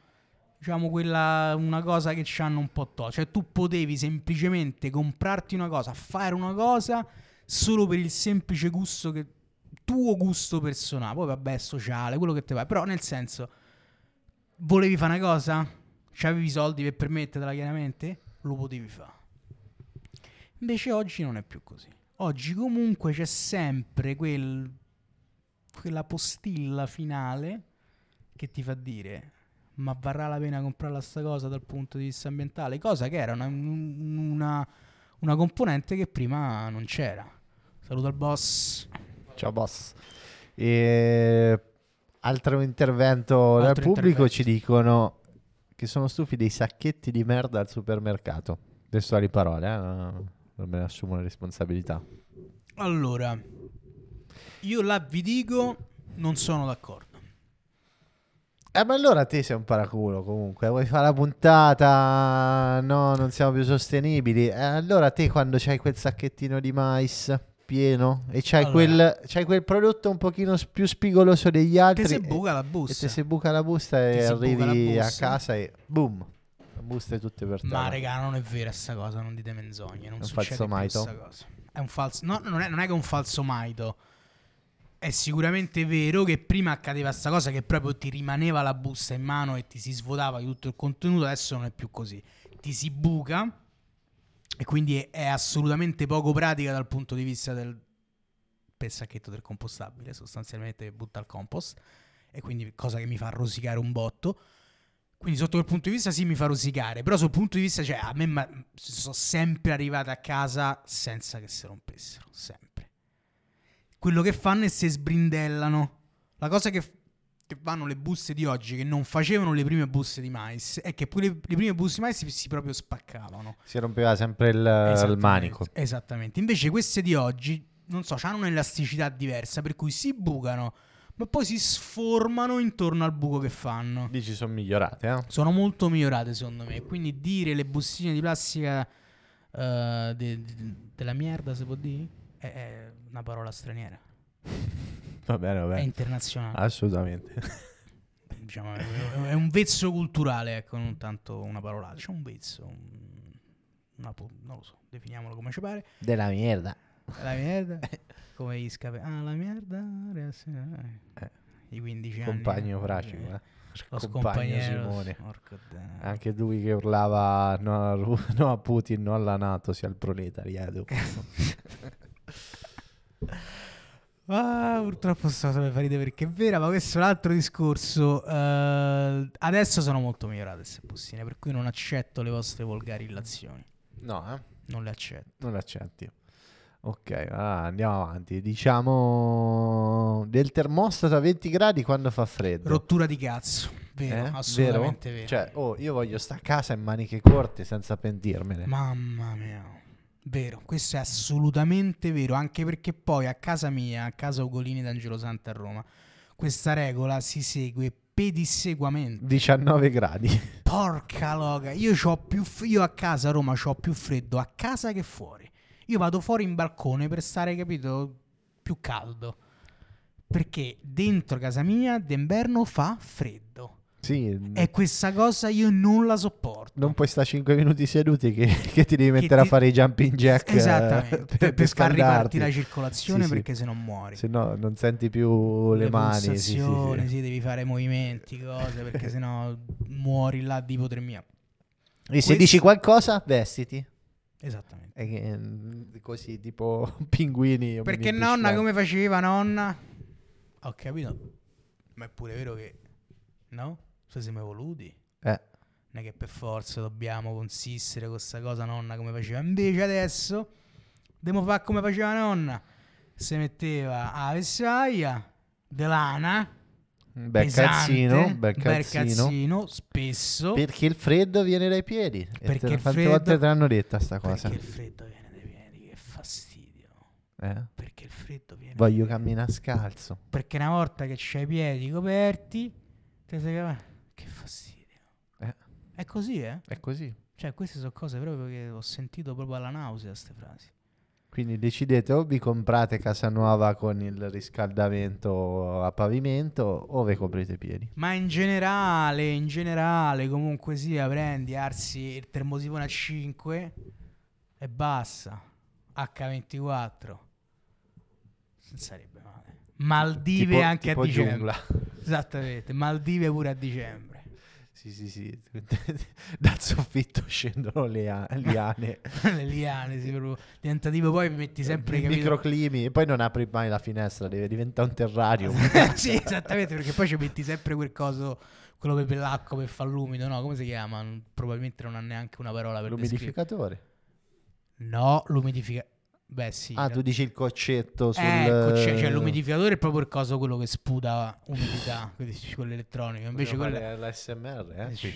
[SPEAKER 1] Diciamo quella, una cosa che ci hanno un po' tolto. Cioè, tu potevi semplicemente comprarti una cosa, fare una cosa solo per il semplice gusto che tuo gusto personale, poi vabbè, sociale, quello che te va, però nel senso volevi fare una cosa? C'avevi i soldi per permettertela chiaramente? Lo potevi fare. Invece oggi non è più così. Oggi comunque c'è sempre quel quella postilla finale che ti fa dire ma varrà la pena comprarla sta cosa dal punto di vista ambientale, cosa che era una, una- una componente che prima non c'era. Saluto al boss.
[SPEAKER 2] Ciao boss. E altro intervento dal
[SPEAKER 1] Altro
[SPEAKER 2] pubblico
[SPEAKER 1] intervento.
[SPEAKER 2] ci dicono che sono stufi dei sacchetti di merda al supermercato. Testuali parole, eh, no, non me ne assumo la responsabilità.
[SPEAKER 1] Allora, io là vi dico, non sono d'accordo.
[SPEAKER 2] Eh, ma allora te sei un paraculo comunque. Vuoi fare la puntata? No, non siamo più sostenibili. Eh, allora te quando c'hai quel sacchettino di mais pieno e c'hai,
[SPEAKER 1] Allora.
[SPEAKER 2] quel, c'hai quel prodotto un pochino s- più spigoloso degli altri
[SPEAKER 1] Te se
[SPEAKER 2] e-
[SPEAKER 1] buca la
[SPEAKER 2] e
[SPEAKER 1] busta.
[SPEAKER 2] te si buca la busta
[SPEAKER 1] Te
[SPEAKER 2] e
[SPEAKER 1] si buca la
[SPEAKER 2] arrivi a
[SPEAKER 1] busta.
[SPEAKER 2] casa e boom, buste tutte per terra.
[SPEAKER 1] Ma raga, non è vera sta cosa, non dite menzogne, non
[SPEAKER 2] È un
[SPEAKER 1] succede
[SPEAKER 2] falso
[SPEAKER 1] più
[SPEAKER 2] maito?
[SPEAKER 1] sta cosa. È un falso no, non è, non è che è un falso maito. È sicuramente vero che prima accadeva sta cosa che proprio ti rimaneva la busta in mano e ti si svuotava di tutto il contenuto, adesso non è più così. Ti si buca e quindi è, è assolutamente poco pratica dal punto di vista del del sacchetto del compostabile, sostanzialmente che butta al compost e quindi cosa che mi fa rosicare un botto. Quindi sotto quel punto di vista sì mi fa rosicare, però sul punto di vista, cioè a me ma- sono sempre arrivate a casa senza che si rompessero, sempre. Quello che fanno è se sbrindellano. La cosa che, f- che vanno le buste di oggi, che non facevano le prime buste di mais, è che poi le, le prime buste di mais si, si proprio spaccavano.
[SPEAKER 2] Si rompeva sempre il, il
[SPEAKER 1] Esattamente,
[SPEAKER 2] Eh, manico.
[SPEAKER 1] Esattamente. Invece queste di oggi, non so, hanno un'elasticità diversa, per cui si bucano, ma poi si sformano intorno al buco che fanno
[SPEAKER 2] Dici sono migliorate, eh?
[SPEAKER 1] sono molto migliorate secondo me. Quindi dire le bustine di plastica eh, de- de- della merda, se può dire, è, è una parola straniera.
[SPEAKER 2] Va bene, va
[SPEAKER 1] È
[SPEAKER 2] bene.
[SPEAKER 1] internazionale.
[SPEAKER 2] Assolutamente. Ah.
[SPEAKER 1] diciamo, è, è un vezzo culturale, ecco, non tanto una parolata. C'è un vezzo. un- una pu- non lo so, definiamolo come ci pare.
[SPEAKER 2] Della merda.
[SPEAKER 1] La
[SPEAKER 2] <laughs>
[SPEAKER 1] merda. Come gli scape. Ah, la merda. reazione, eh. I 15 anni.
[SPEAKER 2] Compagno fracico, eh.
[SPEAKER 1] Lo
[SPEAKER 2] Compagno
[SPEAKER 1] scompagnero,
[SPEAKER 2] Simone.
[SPEAKER 1] porco dai.
[SPEAKER 2] Anche lui che urlava no a, Ru- <laughs> no a Putin, no alla Nato, sia al proletariato.
[SPEAKER 1] Ah, purtroppo sto sulle ferite perché è vera, ma questo è un altro discorso. Eh, adesso sono molto migliorate queste bustine, per cui non accetto le vostre volgari illazioni.
[SPEAKER 2] No, eh?
[SPEAKER 1] Non le accetto.
[SPEAKER 2] Non l'accetti. Ok, allora andiamo avanti. Diciamo del termostato a 20 gradi quando fa freddo.
[SPEAKER 1] Rottura di cazzo,
[SPEAKER 2] Eh?
[SPEAKER 1] vero, assolutamente vero.
[SPEAKER 2] Cioè, oh, io voglio sta a casa in maniche corte senza pentirmene.
[SPEAKER 1] Mamma mia. Vero, questo è assolutamente vero, anche perché poi a casa mia, a casa Ugolini d'Angelo Santo a Roma, questa regola si segue pedisseguamente.
[SPEAKER 2] 19 gradi. <laughs>
[SPEAKER 1] Porca loga, io, c'ho più f- io a casa a Roma ho più freddo a casa che fuori. Io vado fuori in balcone per stare, capito, più caldo. Perché dentro casa mia d'inverno fa freddo.
[SPEAKER 2] sì,
[SPEAKER 1] E questa cosa io non la sopporto.
[SPEAKER 2] non puoi stare 5 minuti seduti che, <laughs> che ti devi
[SPEAKER 1] Che
[SPEAKER 2] mettere
[SPEAKER 1] ti-
[SPEAKER 2] a fare i jumping jack. eh,
[SPEAKER 1] Esattamente,
[SPEAKER 2] <laughs>
[SPEAKER 1] per, per far
[SPEAKER 2] scaldarti.
[SPEAKER 1] ripartire la circolazione
[SPEAKER 2] Sì, sì.
[SPEAKER 1] perché se no muori.
[SPEAKER 2] Se no non senti più le, mani. sì, sì, sì.
[SPEAKER 1] pulsazioni, sì, devi fare movimenti, cose,
[SPEAKER 2] <laughs>
[SPEAKER 1] perché se no muori là di ipotermia.
[SPEAKER 2] E se dici qualcosa, vestiti.
[SPEAKER 1] Esattamente.
[SPEAKER 2] E che- mm, così, tipo <laughs> pinguini. o
[SPEAKER 1] Perché
[SPEAKER 2] mini
[SPEAKER 1] nonna
[SPEAKER 2] pisciuoli.
[SPEAKER 1] come faceva nonna? Ho capito. Ma è pure vero che no? Se siamo evoluti.
[SPEAKER 2] Eh,
[SPEAKER 1] Non è che per forza dobbiamo consistere con sta cosa nonna come faceva. Invece adesso dobbiamo fare come faceva nonna. Si metteva a vessaia, de lana,
[SPEAKER 2] un bel
[SPEAKER 1] pesante,
[SPEAKER 2] calzino, bel
[SPEAKER 1] bel
[SPEAKER 2] calzino.
[SPEAKER 1] calzino, spesso.
[SPEAKER 2] Perché il freddo viene dai piedi. E
[SPEAKER 1] Perché
[SPEAKER 2] te-
[SPEAKER 1] il
[SPEAKER 2] quante
[SPEAKER 1] freddo-
[SPEAKER 2] volte te l'hanno detta sta cosa?
[SPEAKER 1] Perché il freddo viene dai piedi, che fastidio.
[SPEAKER 2] Eh?
[SPEAKER 1] Perché il freddo viene
[SPEAKER 2] Voglio camminare scalzo.
[SPEAKER 1] Perché una volta che c'hai i piedi coperti, te sei capace- Che fastidio.
[SPEAKER 2] Eh.
[SPEAKER 1] È così, eh?
[SPEAKER 2] È così.
[SPEAKER 1] Cioè, queste sono cose proprio che ho sentito proprio alla nausea, queste frasi.
[SPEAKER 2] Quindi decidete o vi comprate casa nuova con il riscaldamento a pavimento o vi coprite i piedi.
[SPEAKER 1] Ma in generale, in generale, comunque sia, prendi, arsi il termosifone a 5 e basta. H24. Non sarebbe male. Maldive
[SPEAKER 2] Tipo-
[SPEAKER 1] anche
[SPEAKER 2] tipo
[SPEAKER 1] a dicembre.
[SPEAKER 2] giungla.
[SPEAKER 1] <laughs> Esattamente, Maldive pure a dicembre. <laughs>
[SPEAKER 2] Sì, sì, sì. Dal soffitto scendono le a- <laughs> liane.
[SPEAKER 1] Le liane, sì, proprio. Diventa tipo poi metti sempre
[SPEAKER 2] I
[SPEAKER 1] capito?
[SPEAKER 2] microclimi. E poi non apri mai la finestra, deve diventare
[SPEAKER 1] <laughs>
[SPEAKER 2] un terrarium. <laughs>
[SPEAKER 1] sì, esattamente, perché poi ci metti sempre quel coso, quello per per l'acqua per far l'umido, no? Come si chiama? Non- Probabilmente non ha neanche una parola per descrivere.
[SPEAKER 2] L'umidificatore.
[SPEAKER 1] No, l'umidificatore. Beh, sì.
[SPEAKER 2] Ah, tu dici il coccetto sul...
[SPEAKER 1] Ecco, cioè, cioè l'umidificatore è proprio il coso quello che sputa
[SPEAKER 2] <laughs>
[SPEAKER 1] umidità, quello quello elettronico. Invece
[SPEAKER 2] Vogliamo
[SPEAKER 1] quello
[SPEAKER 2] fare l'ASMR, eh?
[SPEAKER 1] Sì.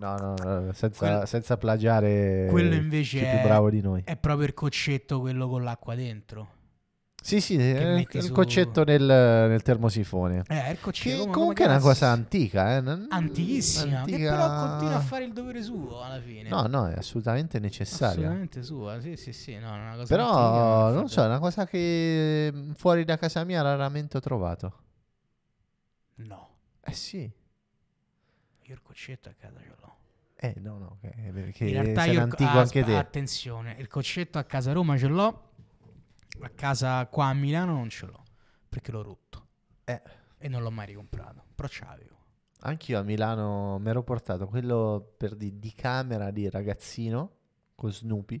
[SPEAKER 2] No, no, no, senza,
[SPEAKER 1] Quello-
[SPEAKER 2] senza plagiare
[SPEAKER 1] quello invece
[SPEAKER 2] chi è
[SPEAKER 1] è- eh,
[SPEAKER 2] più bravo di noi.
[SPEAKER 1] è proprio il coccetto quello con l'acqua dentro.
[SPEAKER 2] Sì, sì, eh,
[SPEAKER 1] metti
[SPEAKER 2] il
[SPEAKER 1] su-
[SPEAKER 2] coccetto nel, nel termosifone.
[SPEAKER 1] Eh, il
[SPEAKER 2] Che
[SPEAKER 1] coccetto come-
[SPEAKER 2] comunque è
[SPEAKER 1] come
[SPEAKER 2] una cosa
[SPEAKER 1] cazzo-
[SPEAKER 2] antica, eh? non-
[SPEAKER 1] antichissima, che
[SPEAKER 2] antica-
[SPEAKER 1] però continua a fare il dovere suo alla fine.
[SPEAKER 2] No, no, è assolutamente necessaria.
[SPEAKER 1] assolutamente sua. Sì, sì, sì, no, è una cosa antica,
[SPEAKER 2] Però,
[SPEAKER 1] fa
[SPEAKER 2] non so, è
[SPEAKER 1] da-
[SPEAKER 2] una cosa che mm, fuori da casa mia raramente ho trovato.
[SPEAKER 1] No,
[SPEAKER 2] Eh sì.
[SPEAKER 1] io il coccetto a casa ce l'ho.
[SPEAKER 2] Eh no, no, che- eh, perché
[SPEAKER 1] In realtà
[SPEAKER 2] sei
[SPEAKER 1] io
[SPEAKER 2] un
[SPEAKER 1] il-
[SPEAKER 2] antico
[SPEAKER 1] ah,
[SPEAKER 2] anche
[SPEAKER 1] asp-
[SPEAKER 2] te.
[SPEAKER 1] Attenzione, il coccetto a casa a Roma ce l'ho, a casa qua a Milano non ce l'ho perché l'ho rotto
[SPEAKER 2] Eh.
[SPEAKER 1] e non l'ho mai ricomprato. Però ce l'avevo.
[SPEAKER 2] Anch'io a Milano mi ero portato quello per di, di camera di ragazzino con Snoopy.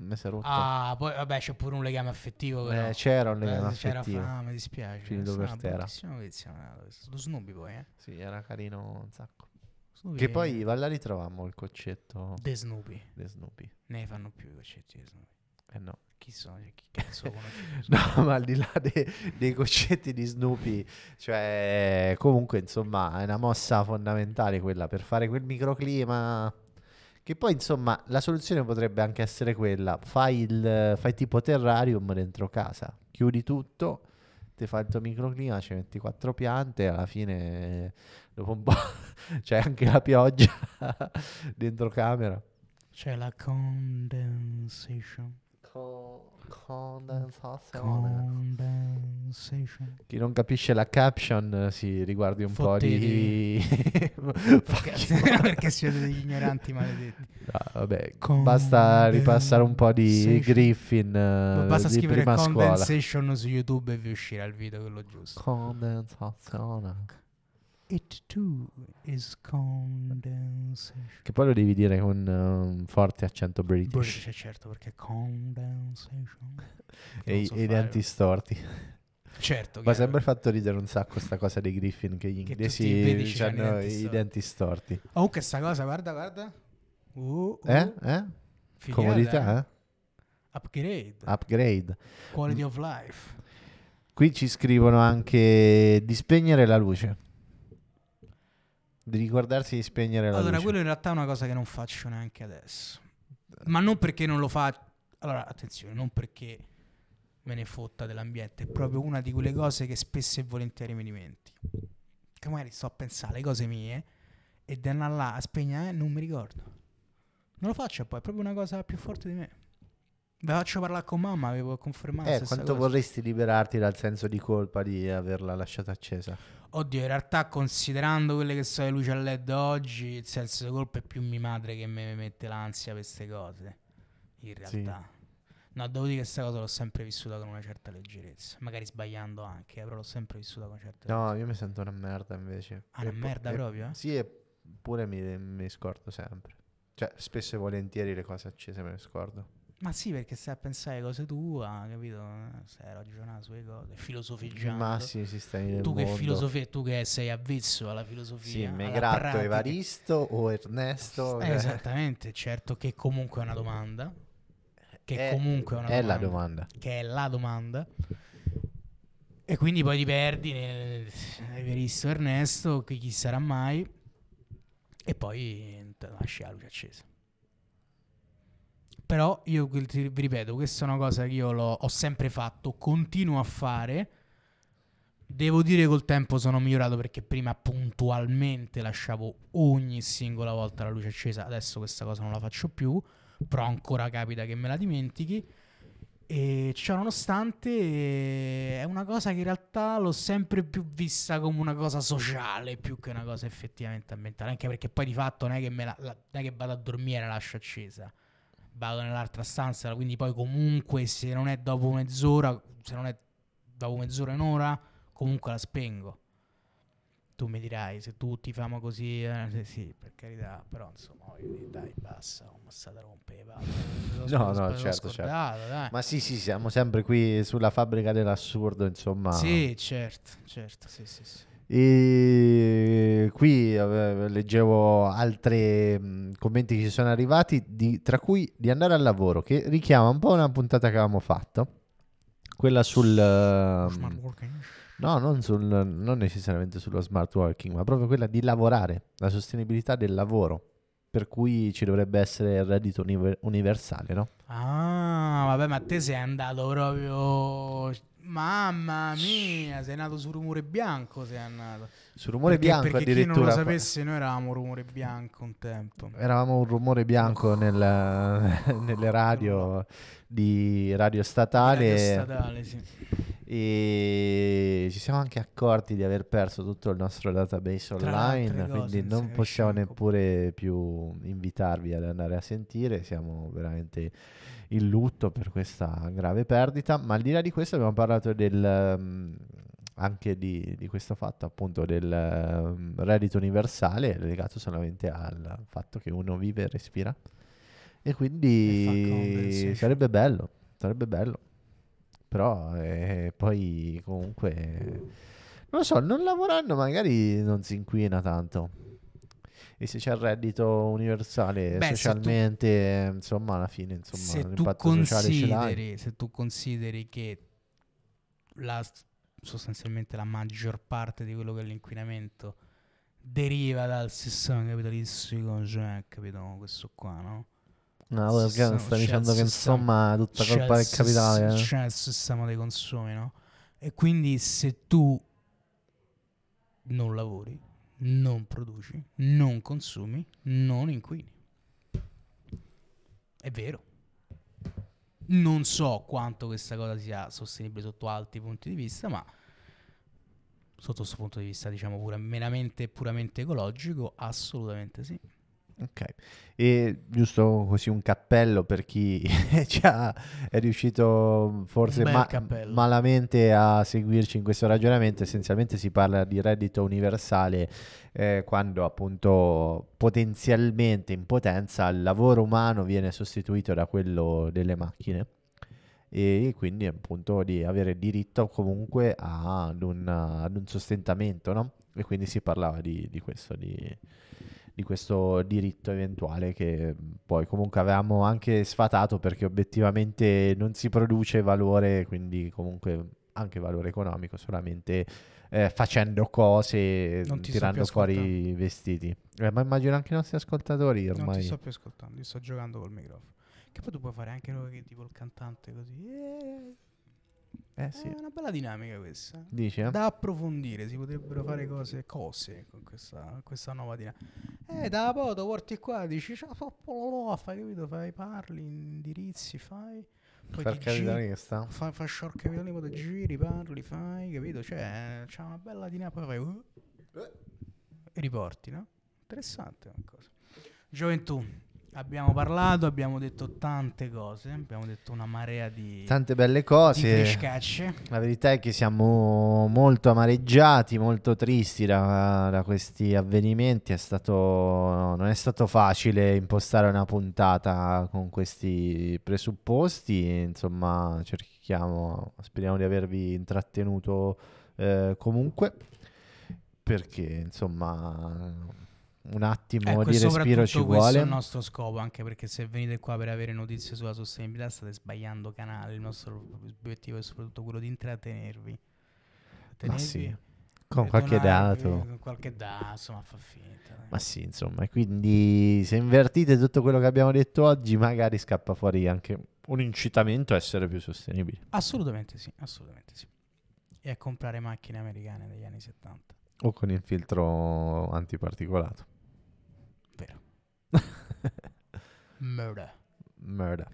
[SPEAKER 2] Mi si è rotto.
[SPEAKER 1] Ah, poi vabbè, c'è pure un legame affettivo.
[SPEAKER 2] Eh,
[SPEAKER 1] Però.
[SPEAKER 2] c'era un legame
[SPEAKER 1] Eh, c'era
[SPEAKER 2] affettivo.
[SPEAKER 1] fame, mi dispiace.
[SPEAKER 2] Finito
[SPEAKER 1] Sarà
[SPEAKER 2] per terra.
[SPEAKER 1] bruttissimo pezzo, ma- Lo snoopy poi, eh.
[SPEAKER 2] Sì, era carino un sacco.
[SPEAKER 1] Snoopy-
[SPEAKER 2] Che poi va là ritrovammo il coccetto
[SPEAKER 1] The Snoopy.
[SPEAKER 2] di Snoopy.
[SPEAKER 1] Ne fanno più i concetti di Snoopy.
[SPEAKER 2] Eh no.
[SPEAKER 1] Chi sono? Cioè, chi
[SPEAKER 2] <laughs>
[SPEAKER 1] cazzo conosce?
[SPEAKER 2] No, ma al di là de- dei concetti di Snoopy, cioè comunque insomma è una mossa fondamentale quella per fare quel microclima che poi insomma la soluzione potrebbe anche essere quella, fai, il, fai tipo terrarium dentro casa, chiudi tutto, ti fai il tuo microclima, ci metti quattro piante e alla fine eh, dopo un po' <laughs> c'è anche la pioggia <laughs> dentro camera.
[SPEAKER 1] C'è la condensation.
[SPEAKER 2] Condensazione.
[SPEAKER 1] Condensation.
[SPEAKER 2] Chi non capisce la caption eh, si riguardi un po' di...
[SPEAKER 1] Perché, <laughs> perché siete degli ignoranti maledetti.
[SPEAKER 2] <laughs> Ah, vabbè,
[SPEAKER 1] Con-
[SPEAKER 2] basta ripassare un po' di
[SPEAKER 1] Session.
[SPEAKER 2] Griffin eh,
[SPEAKER 1] Basta
[SPEAKER 2] di
[SPEAKER 1] scrivere
[SPEAKER 2] prima scuola.
[SPEAKER 1] condensation su YouTube e vi uscirà il video quello giusto.
[SPEAKER 2] Condensazione.
[SPEAKER 1] It too is condensation.
[SPEAKER 2] Che poi lo devi dire con eh, un forte accento british,
[SPEAKER 1] British, certo, perché condensation. che
[SPEAKER 2] e,
[SPEAKER 1] non so
[SPEAKER 2] e
[SPEAKER 1] fare.
[SPEAKER 2] i denti storti.
[SPEAKER 1] Certo,
[SPEAKER 2] Mi
[SPEAKER 1] chiaro.
[SPEAKER 2] ha sempre fatto ridere un sacco sta cosa dei Griffin che gli
[SPEAKER 1] Che
[SPEAKER 2] inglesi
[SPEAKER 1] tutti i british hanno i
[SPEAKER 2] hanno
[SPEAKER 1] denti
[SPEAKER 2] i
[SPEAKER 1] storti.
[SPEAKER 2] denti storti.
[SPEAKER 1] Oh, che sta cosa, guarda, guarda. Uh, uh,
[SPEAKER 2] Eh? Eh?
[SPEAKER 1] figata,
[SPEAKER 2] Comodità,
[SPEAKER 1] eh.
[SPEAKER 2] eh?
[SPEAKER 1] Upgrade.
[SPEAKER 2] Upgrade.
[SPEAKER 1] Quality of life.
[SPEAKER 2] Qui ci scrivono anche di spegnere la luce. Di ricordarsi di spegnere la
[SPEAKER 1] Allora,
[SPEAKER 2] luce.
[SPEAKER 1] quello in realtà è una cosa che non faccio neanche adesso. Ma non perché non lo faccio. Allora, attenzione, non perché me ne fotta dell'ambiente, è proprio una di quelle cose che spesso e volentieri mi dimentico. Che magari sto a pensare alle cose mie e da là là a spegnere eh, non mi ricordo. Non lo faccio poi, è proprio una cosa più forte di me. Ve la faccio parlare con mamma, avevo confermato. la
[SPEAKER 2] Eh,
[SPEAKER 1] stessa
[SPEAKER 2] quanto
[SPEAKER 1] cosa.
[SPEAKER 2] vorresti liberarti dal senso di colpa di averla lasciata accesa?
[SPEAKER 1] Oddio, in realtà considerando quelle che sono le luci a LED oggi, il senso di colpa è più mia madre che mi mette l'ansia per queste cose. In
[SPEAKER 2] Sì.
[SPEAKER 1] realtà. No, devo dire che questa cosa l'ho sempre vissuta con una certa leggerezza. Magari sbagliando anche, eh, però l'ho sempre vissuta con una certa
[SPEAKER 2] No, io mi sento una merda invece.
[SPEAKER 1] Ah, una
[SPEAKER 2] E po-
[SPEAKER 1] merda
[SPEAKER 2] e-
[SPEAKER 1] proprio?
[SPEAKER 2] Sì, eppure mi, mi scordo sempre. Cioè, spesso e volentieri le cose accese me le scordo.
[SPEAKER 1] Ma sì, perché stai a pensare alle cose tue, capito? Eh, Stai a ragionare sulle cose, filosofeggiando.
[SPEAKER 2] Ma sì, si stai nel
[SPEAKER 1] Tu che
[SPEAKER 2] mondo.
[SPEAKER 1] filosofia, tu che sei avvezzo alla
[SPEAKER 2] Sì,
[SPEAKER 1] filosofia. alla
[SPEAKER 2] Megratto,
[SPEAKER 1] pratica.
[SPEAKER 2] Evaristo o Ernesto.
[SPEAKER 1] Eh, Esattamente, certo che comunque è una domanda. Che
[SPEAKER 2] È-
[SPEAKER 1] comunque è una
[SPEAKER 2] Eh, È la domanda.
[SPEAKER 1] che è la domanda. E quindi poi ti perdi nel Everisto Ernesto, che chi sarà mai, e poi te lasci la luce accesa. Però io quel- ti- vi ripeto, questa è una cosa che io l'ho- ho sempre fatto, continuo a fare. Devo dire col tempo sono migliorato perché prima puntualmente lasciavo ogni singola volta la luce accesa, adesso questa cosa non la faccio più, però ancora capita che me la dimentichi. E ciò nonostante eh, è una cosa che in realtà l'ho sempre più vista come una cosa sociale più che una cosa effettivamente ambientale, anche perché poi di fatto non è che, me la- la- non è che vado a dormire e la lascio accesa, vado nell'altra stanza, quindi poi comunque se non è dopo mezz'ora, se non è dopo mezz'ora un'ora, comunque la spengo. tu mi dirai se tutti famo così, eh, sì, sì, per carità, però insomma, voglio dire, dai, basta, non state a rompere le palle. Me l'ho
[SPEAKER 2] No,
[SPEAKER 1] sc-
[SPEAKER 2] no,
[SPEAKER 1] me l'ho
[SPEAKER 2] certo, certo.
[SPEAKER 1] scordato, dai.
[SPEAKER 2] Ma sì, sì, siamo sempre qui sulla fabbrica dell'assurdo, insomma.
[SPEAKER 1] Sì, certo, certo, sì, sì, sì.
[SPEAKER 2] E qui eh, leggevo altri mh, commenti che ci sono arrivati, di- tra cui di andare al lavoro, che richiama un po' una puntata che avevamo fatto, quella sul... eh,
[SPEAKER 1] Smart working.
[SPEAKER 2] no, non, sul- non necessariamente sullo smart working, ma proprio quella di lavorare, la sostenibilità del lavoro, per cui ci dovrebbe essere il reddito univer- universale, no?
[SPEAKER 1] Ah, vabbè, ma te sei andato proprio... Mamma mia, sei nato su rumore bianco, sei andato.
[SPEAKER 2] Sul rumore
[SPEAKER 1] Perché-
[SPEAKER 2] bianco
[SPEAKER 1] perché
[SPEAKER 2] addirittura...
[SPEAKER 1] chi non lo
[SPEAKER 2] fa- Eh,
[SPEAKER 1] sapesse, noi eravamo rumore bianco un tempo.
[SPEAKER 2] Eravamo un rumore bianco nel- <laughs> nelle radio di radio statale,
[SPEAKER 1] Radio statale, sì.
[SPEAKER 2] e ci siamo anche accorti di aver perso tutto il nostro database
[SPEAKER 1] Tra le altre
[SPEAKER 2] online,
[SPEAKER 1] cose,
[SPEAKER 2] quindi
[SPEAKER 1] non si
[SPEAKER 2] non
[SPEAKER 1] capisce
[SPEAKER 2] possiamo
[SPEAKER 1] manco-
[SPEAKER 2] neppure più invitarvi ad andare a sentire, siamo veramente in lutto per questa grave perdita, ma al di là di questo abbiamo parlato del, mm, anche di, di questo fatto appunto del mm, reddito universale legato solamente al fatto che uno vive e respira e
[SPEAKER 1] E fa compensation.
[SPEAKER 2] quindi sarebbe bello, sarebbe bello, però eh, poi comunque... Non lo so, non lavorando magari non si inquina tanto. E se c'è il reddito universale
[SPEAKER 1] Beh, se tu-
[SPEAKER 2] socialmente, eh, insomma, alla fine, insomma,
[SPEAKER 1] se tu
[SPEAKER 2] l'impatto sociale ce l'hai.
[SPEAKER 1] consideri, se tu consideri che la, sostanzialmente la maggior parte di quello che è l'inquinamento deriva dal sistema capitalistico, cioè, capito, questo qua, no?
[SPEAKER 2] No, perché
[SPEAKER 1] Sistema-
[SPEAKER 2] sta
[SPEAKER 1] c'è
[SPEAKER 2] dicendo
[SPEAKER 1] il
[SPEAKER 2] che
[SPEAKER 1] sistema-
[SPEAKER 2] insomma è tutta
[SPEAKER 1] C'è
[SPEAKER 2] colpa
[SPEAKER 1] il
[SPEAKER 2] del
[SPEAKER 1] sis-
[SPEAKER 2] capitale. eh?
[SPEAKER 1] C'è il sistema dei consumi, no? E quindi se tu non lavori, non produci, non consumi, non inquini. È vero. Non so quanto questa cosa sia sostenibile sotto altri punti di vista, ma sotto questo punto di vista, diciamo, pure meramente e puramente ecologico, assolutamente sì.
[SPEAKER 2] Ok, e giusto così un cappello per chi <laughs> già è riuscito mm, forse
[SPEAKER 1] Un bel
[SPEAKER 2] ma-
[SPEAKER 1] cappello.
[SPEAKER 2] malamente a seguirci in questo ragionamento, essenzialmente si parla di reddito universale eh, quando appunto potenzialmente in potenza il lavoro umano viene sostituito da quello delle macchine e quindi appunto di avere diritto comunque a- ad un, ad un sostentamento, no? E quindi si parlava di, di questo, di, di questo diritto eventuale che mh, poi comunque avevamo anche sfatato perché obiettivamente non si produce valore, quindi comunque anche valore economico solamente eh, facendo cose,
[SPEAKER 1] Non ti so
[SPEAKER 2] tirando
[SPEAKER 1] più
[SPEAKER 2] fuori i vestiti. Eh, ma immagino anche i nostri ascoltatori
[SPEAKER 1] Non ti
[SPEAKER 2] ormai.
[SPEAKER 1] sto più ascoltando, ti sto giocando col microfono. Che poi tu puoi fare anche roba che tipo il cantante così. eh,
[SPEAKER 2] Eh sì,
[SPEAKER 1] È una bella dinamica questa.
[SPEAKER 2] dici eh?
[SPEAKER 1] Da approfondire, si potrebbero fare cose, cose con questa, con questa nuova dinamica. Eh, da poto porti qua, dici, ciao, po- po- lo- fai, capito? Fai, parli, indirizzi, fai. Poi
[SPEAKER 2] Per
[SPEAKER 1] ti
[SPEAKER 2] carità
[SPEAKER 1] giri,
[SPEAKER 2] che sta.
[SPEAKER 1] Fai, fai short capitale, poi ti giri, parli, fai, capito? Cioè, c'è una bella dinamica, poi fai... uh, e riporti, no? Interessante come cosa. Gioventù, abbiamo parlato, abbiamo detto tante cose, abbiamo detto una marea di...
[SPEAKER 2] Tante belle
[SPEAKER 1] di
[SPEAKER 2] cose.
[SPEAKER 1] frescacce.
[SPEAKER 2] La verità è che siamo molto amareggiati, molto tristi da, da questi avvenimenti. È stato, non è stato facile impostare una puntata con questi presupposti. Insomma, cerchiamo, speriamo di avervi intrattenuto eh, comunque. Perché, insomma, un attimo
[SPEAKER 1] Ecco, e
[SPEAKER 2] di respiro ci
[SPEAKER 1] soprattutto questo è
[SPEAKER 2] vuole.
[SPEAKER 1] il nostro scopo, anche perché se venite qua per avere notizie sulla sostenibilità state sbagliando canale, il nostro obiettivo è soprattutto quello di intrattenervi.
[SPEAKER 2] Ma
[SPEAKER 1] Tenervi
[SPEAKER 2] sì,
[SPEAKER 1] e
[SPEAKER 2] con qualche
[SPEAKER 1] donarvi,
[SPEAKER 2] dato.
[SPEAKER 1] Con qualche dato, insomma, fa finta. dai.
[SPEAKER 2] Ma sì, insomma, e quindi se invertite tutto quello che abbiamo detto oggi, magari scappa fuori anche un incitamento a essere più sostenibili.
[SPEAKER 1] Assolutamente sì, assolutamente sì. E a comprare macchine americane degli anni 70.
[SPEAKER 2] O con il filtro antiparticolato. <laughs>
[SPEAKER 1] Vero. Murder.
[SPEAKER 2] Merda.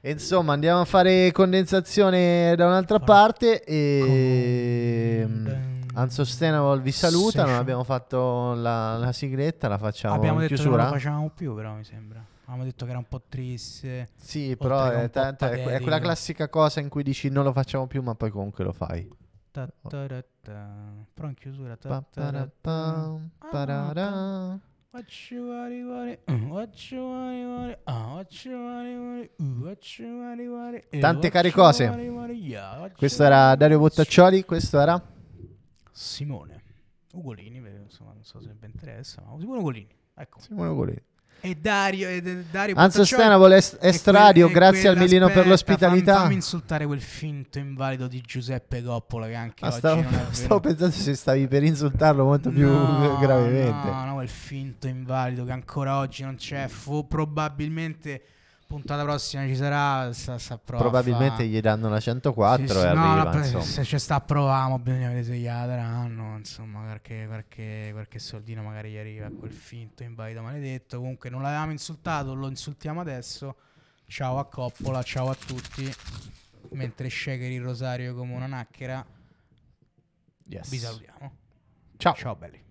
[SPEAKER 2] E insomma, andiamo a fare condensazione da un'altra
[SPEAKER 1] Fare
[SPEAKER 2] parte. E...
[SPEAKER 1] mm,
[SPEAKER 2] Unsustainable vi saluta. Non
[SPEAKER 1] Session.
[SPEAKER 2] abbiamo fatto la, la sigletta, la facciamo
[SPEAKER 1] Abbiamo
[SPEAKER 2] in
[SPEAKER 1] detto che non
[SPEAKER 2] chiusura.
[SPEAKER 1] lo facevamo più, però mi sembra. Avevamo detto che era un po' triste.
[SPEAKER 2] Sì,
[SPEAKER 1] Oltre
[SPEAKER 2] però
[SPEAKER 1] che un
[SPEAKER 2] è,
[SPEAKER 1] po'
[SPEAKER 2] tanto- è que- è
[SPEAKER 1] patetico.
[SPEAKER 2] quella classica cosa in cui dici non lo facciamo più, ma poi comunque lo fai.
[SPEAKER 1] Ta ta ra ta. Però in chiusura. Ta- ta- ta-
[SPEAKER 2] Pa-pa-ra-pam, pa-ra-ra.
[SPEAKER 1] What you worry, worry, uh, what you worry, worry, uh, what you worry, worry, uh, what you worry, worry, eh,
[SPEAKER 2] Tante
[SPEAKER 1] what
[SPEAKER 2] care
[SPEAKER 1] you
[SPEAKER 2] cose.
[SPEAKER 1] worry, worry, yeah, what you
[SPEAKER 2] Questo
[SPEAKER 1] worry,
[SPEAKER 2] era
[SPEAKER 1] worry.
[SPEAKER 2] Dario Bottaccioli, questo era...
[SPEAKER 1] Simone Ugolini, perché, insomma, non so se vi interessa, ma Simone Ugolini. Ecco.
[SPEAKER 2] Simone Golini.
[SPEAKER 1] E Dario, e, e- Dario
[SPEAKER 2] Anzo
[SPEAKER 1] Bottaccioni
[SPEAKER 2] Stena vuole est-
[SPEAKER 1] è
[SPEAKER 2] estradio,
[SPEAKER 1] quel- è
[SPEAKER 2] grazie al
[SPEAKER 1] quella-
[SPEAKER 2] Milino
[SPEAKER 1] aspetta,
[SPEAKER 2] per
[SPEAKER 1] fam-
[SPEAKER 2] l'ospitalità.
[SPEAKER 1] Fammi insultare quel finto invalido di Giuseppe Coppola che anche
[SPEAKER 2] Ah,
[SPEAKER 1] oggi
[SPEAKER 2] stavo,
[SPEAKER 1] non è
[SPEAKER 2] stavo
[SPEAKER 1] venuto.
[SPEAKER 2] pensando se stavi per insultarlo molto più
[SPEAKER 1] No,
[SPEAKER 2] <laughs> gravemente.
[SPEAKER 1] No, no, quel finto invalido che ancora oggi non c'è. Fu probabilmente puntata prossima ci sarà. Sta, sta prova
[SPEAKER 2] Probabilmente
[SPEAKER 1] fa-
[SPEAKER 2] gli danno la
[SPEAKER 1] Sì,
[SPEAKER 2] 104
[SPEAKER 1] ah. sì,
[SPEAKER 2] e
[SPEAKER 1] no,
[SPEAKER 2] arriva,
[SPEAKER 1] no,
[SPEAKER 2] insomma.
[SPEAKER 1] se ci sta proviamo bisogna vedere se gli daranno insomma perché qualche, qualche soldino magari gli arriva quel finto invalido maledetto comunque non l'avevamo insultato lo insultiamo adesso ciao a Coppola ciao a tutti mentre shaker il rosario come una nacchera
[SPEAKER 2] Yes.
[SPEAKER 1] vi salutiamo
[SPEAKER 2] Ciao.
[SPEAKER 1] ciao belli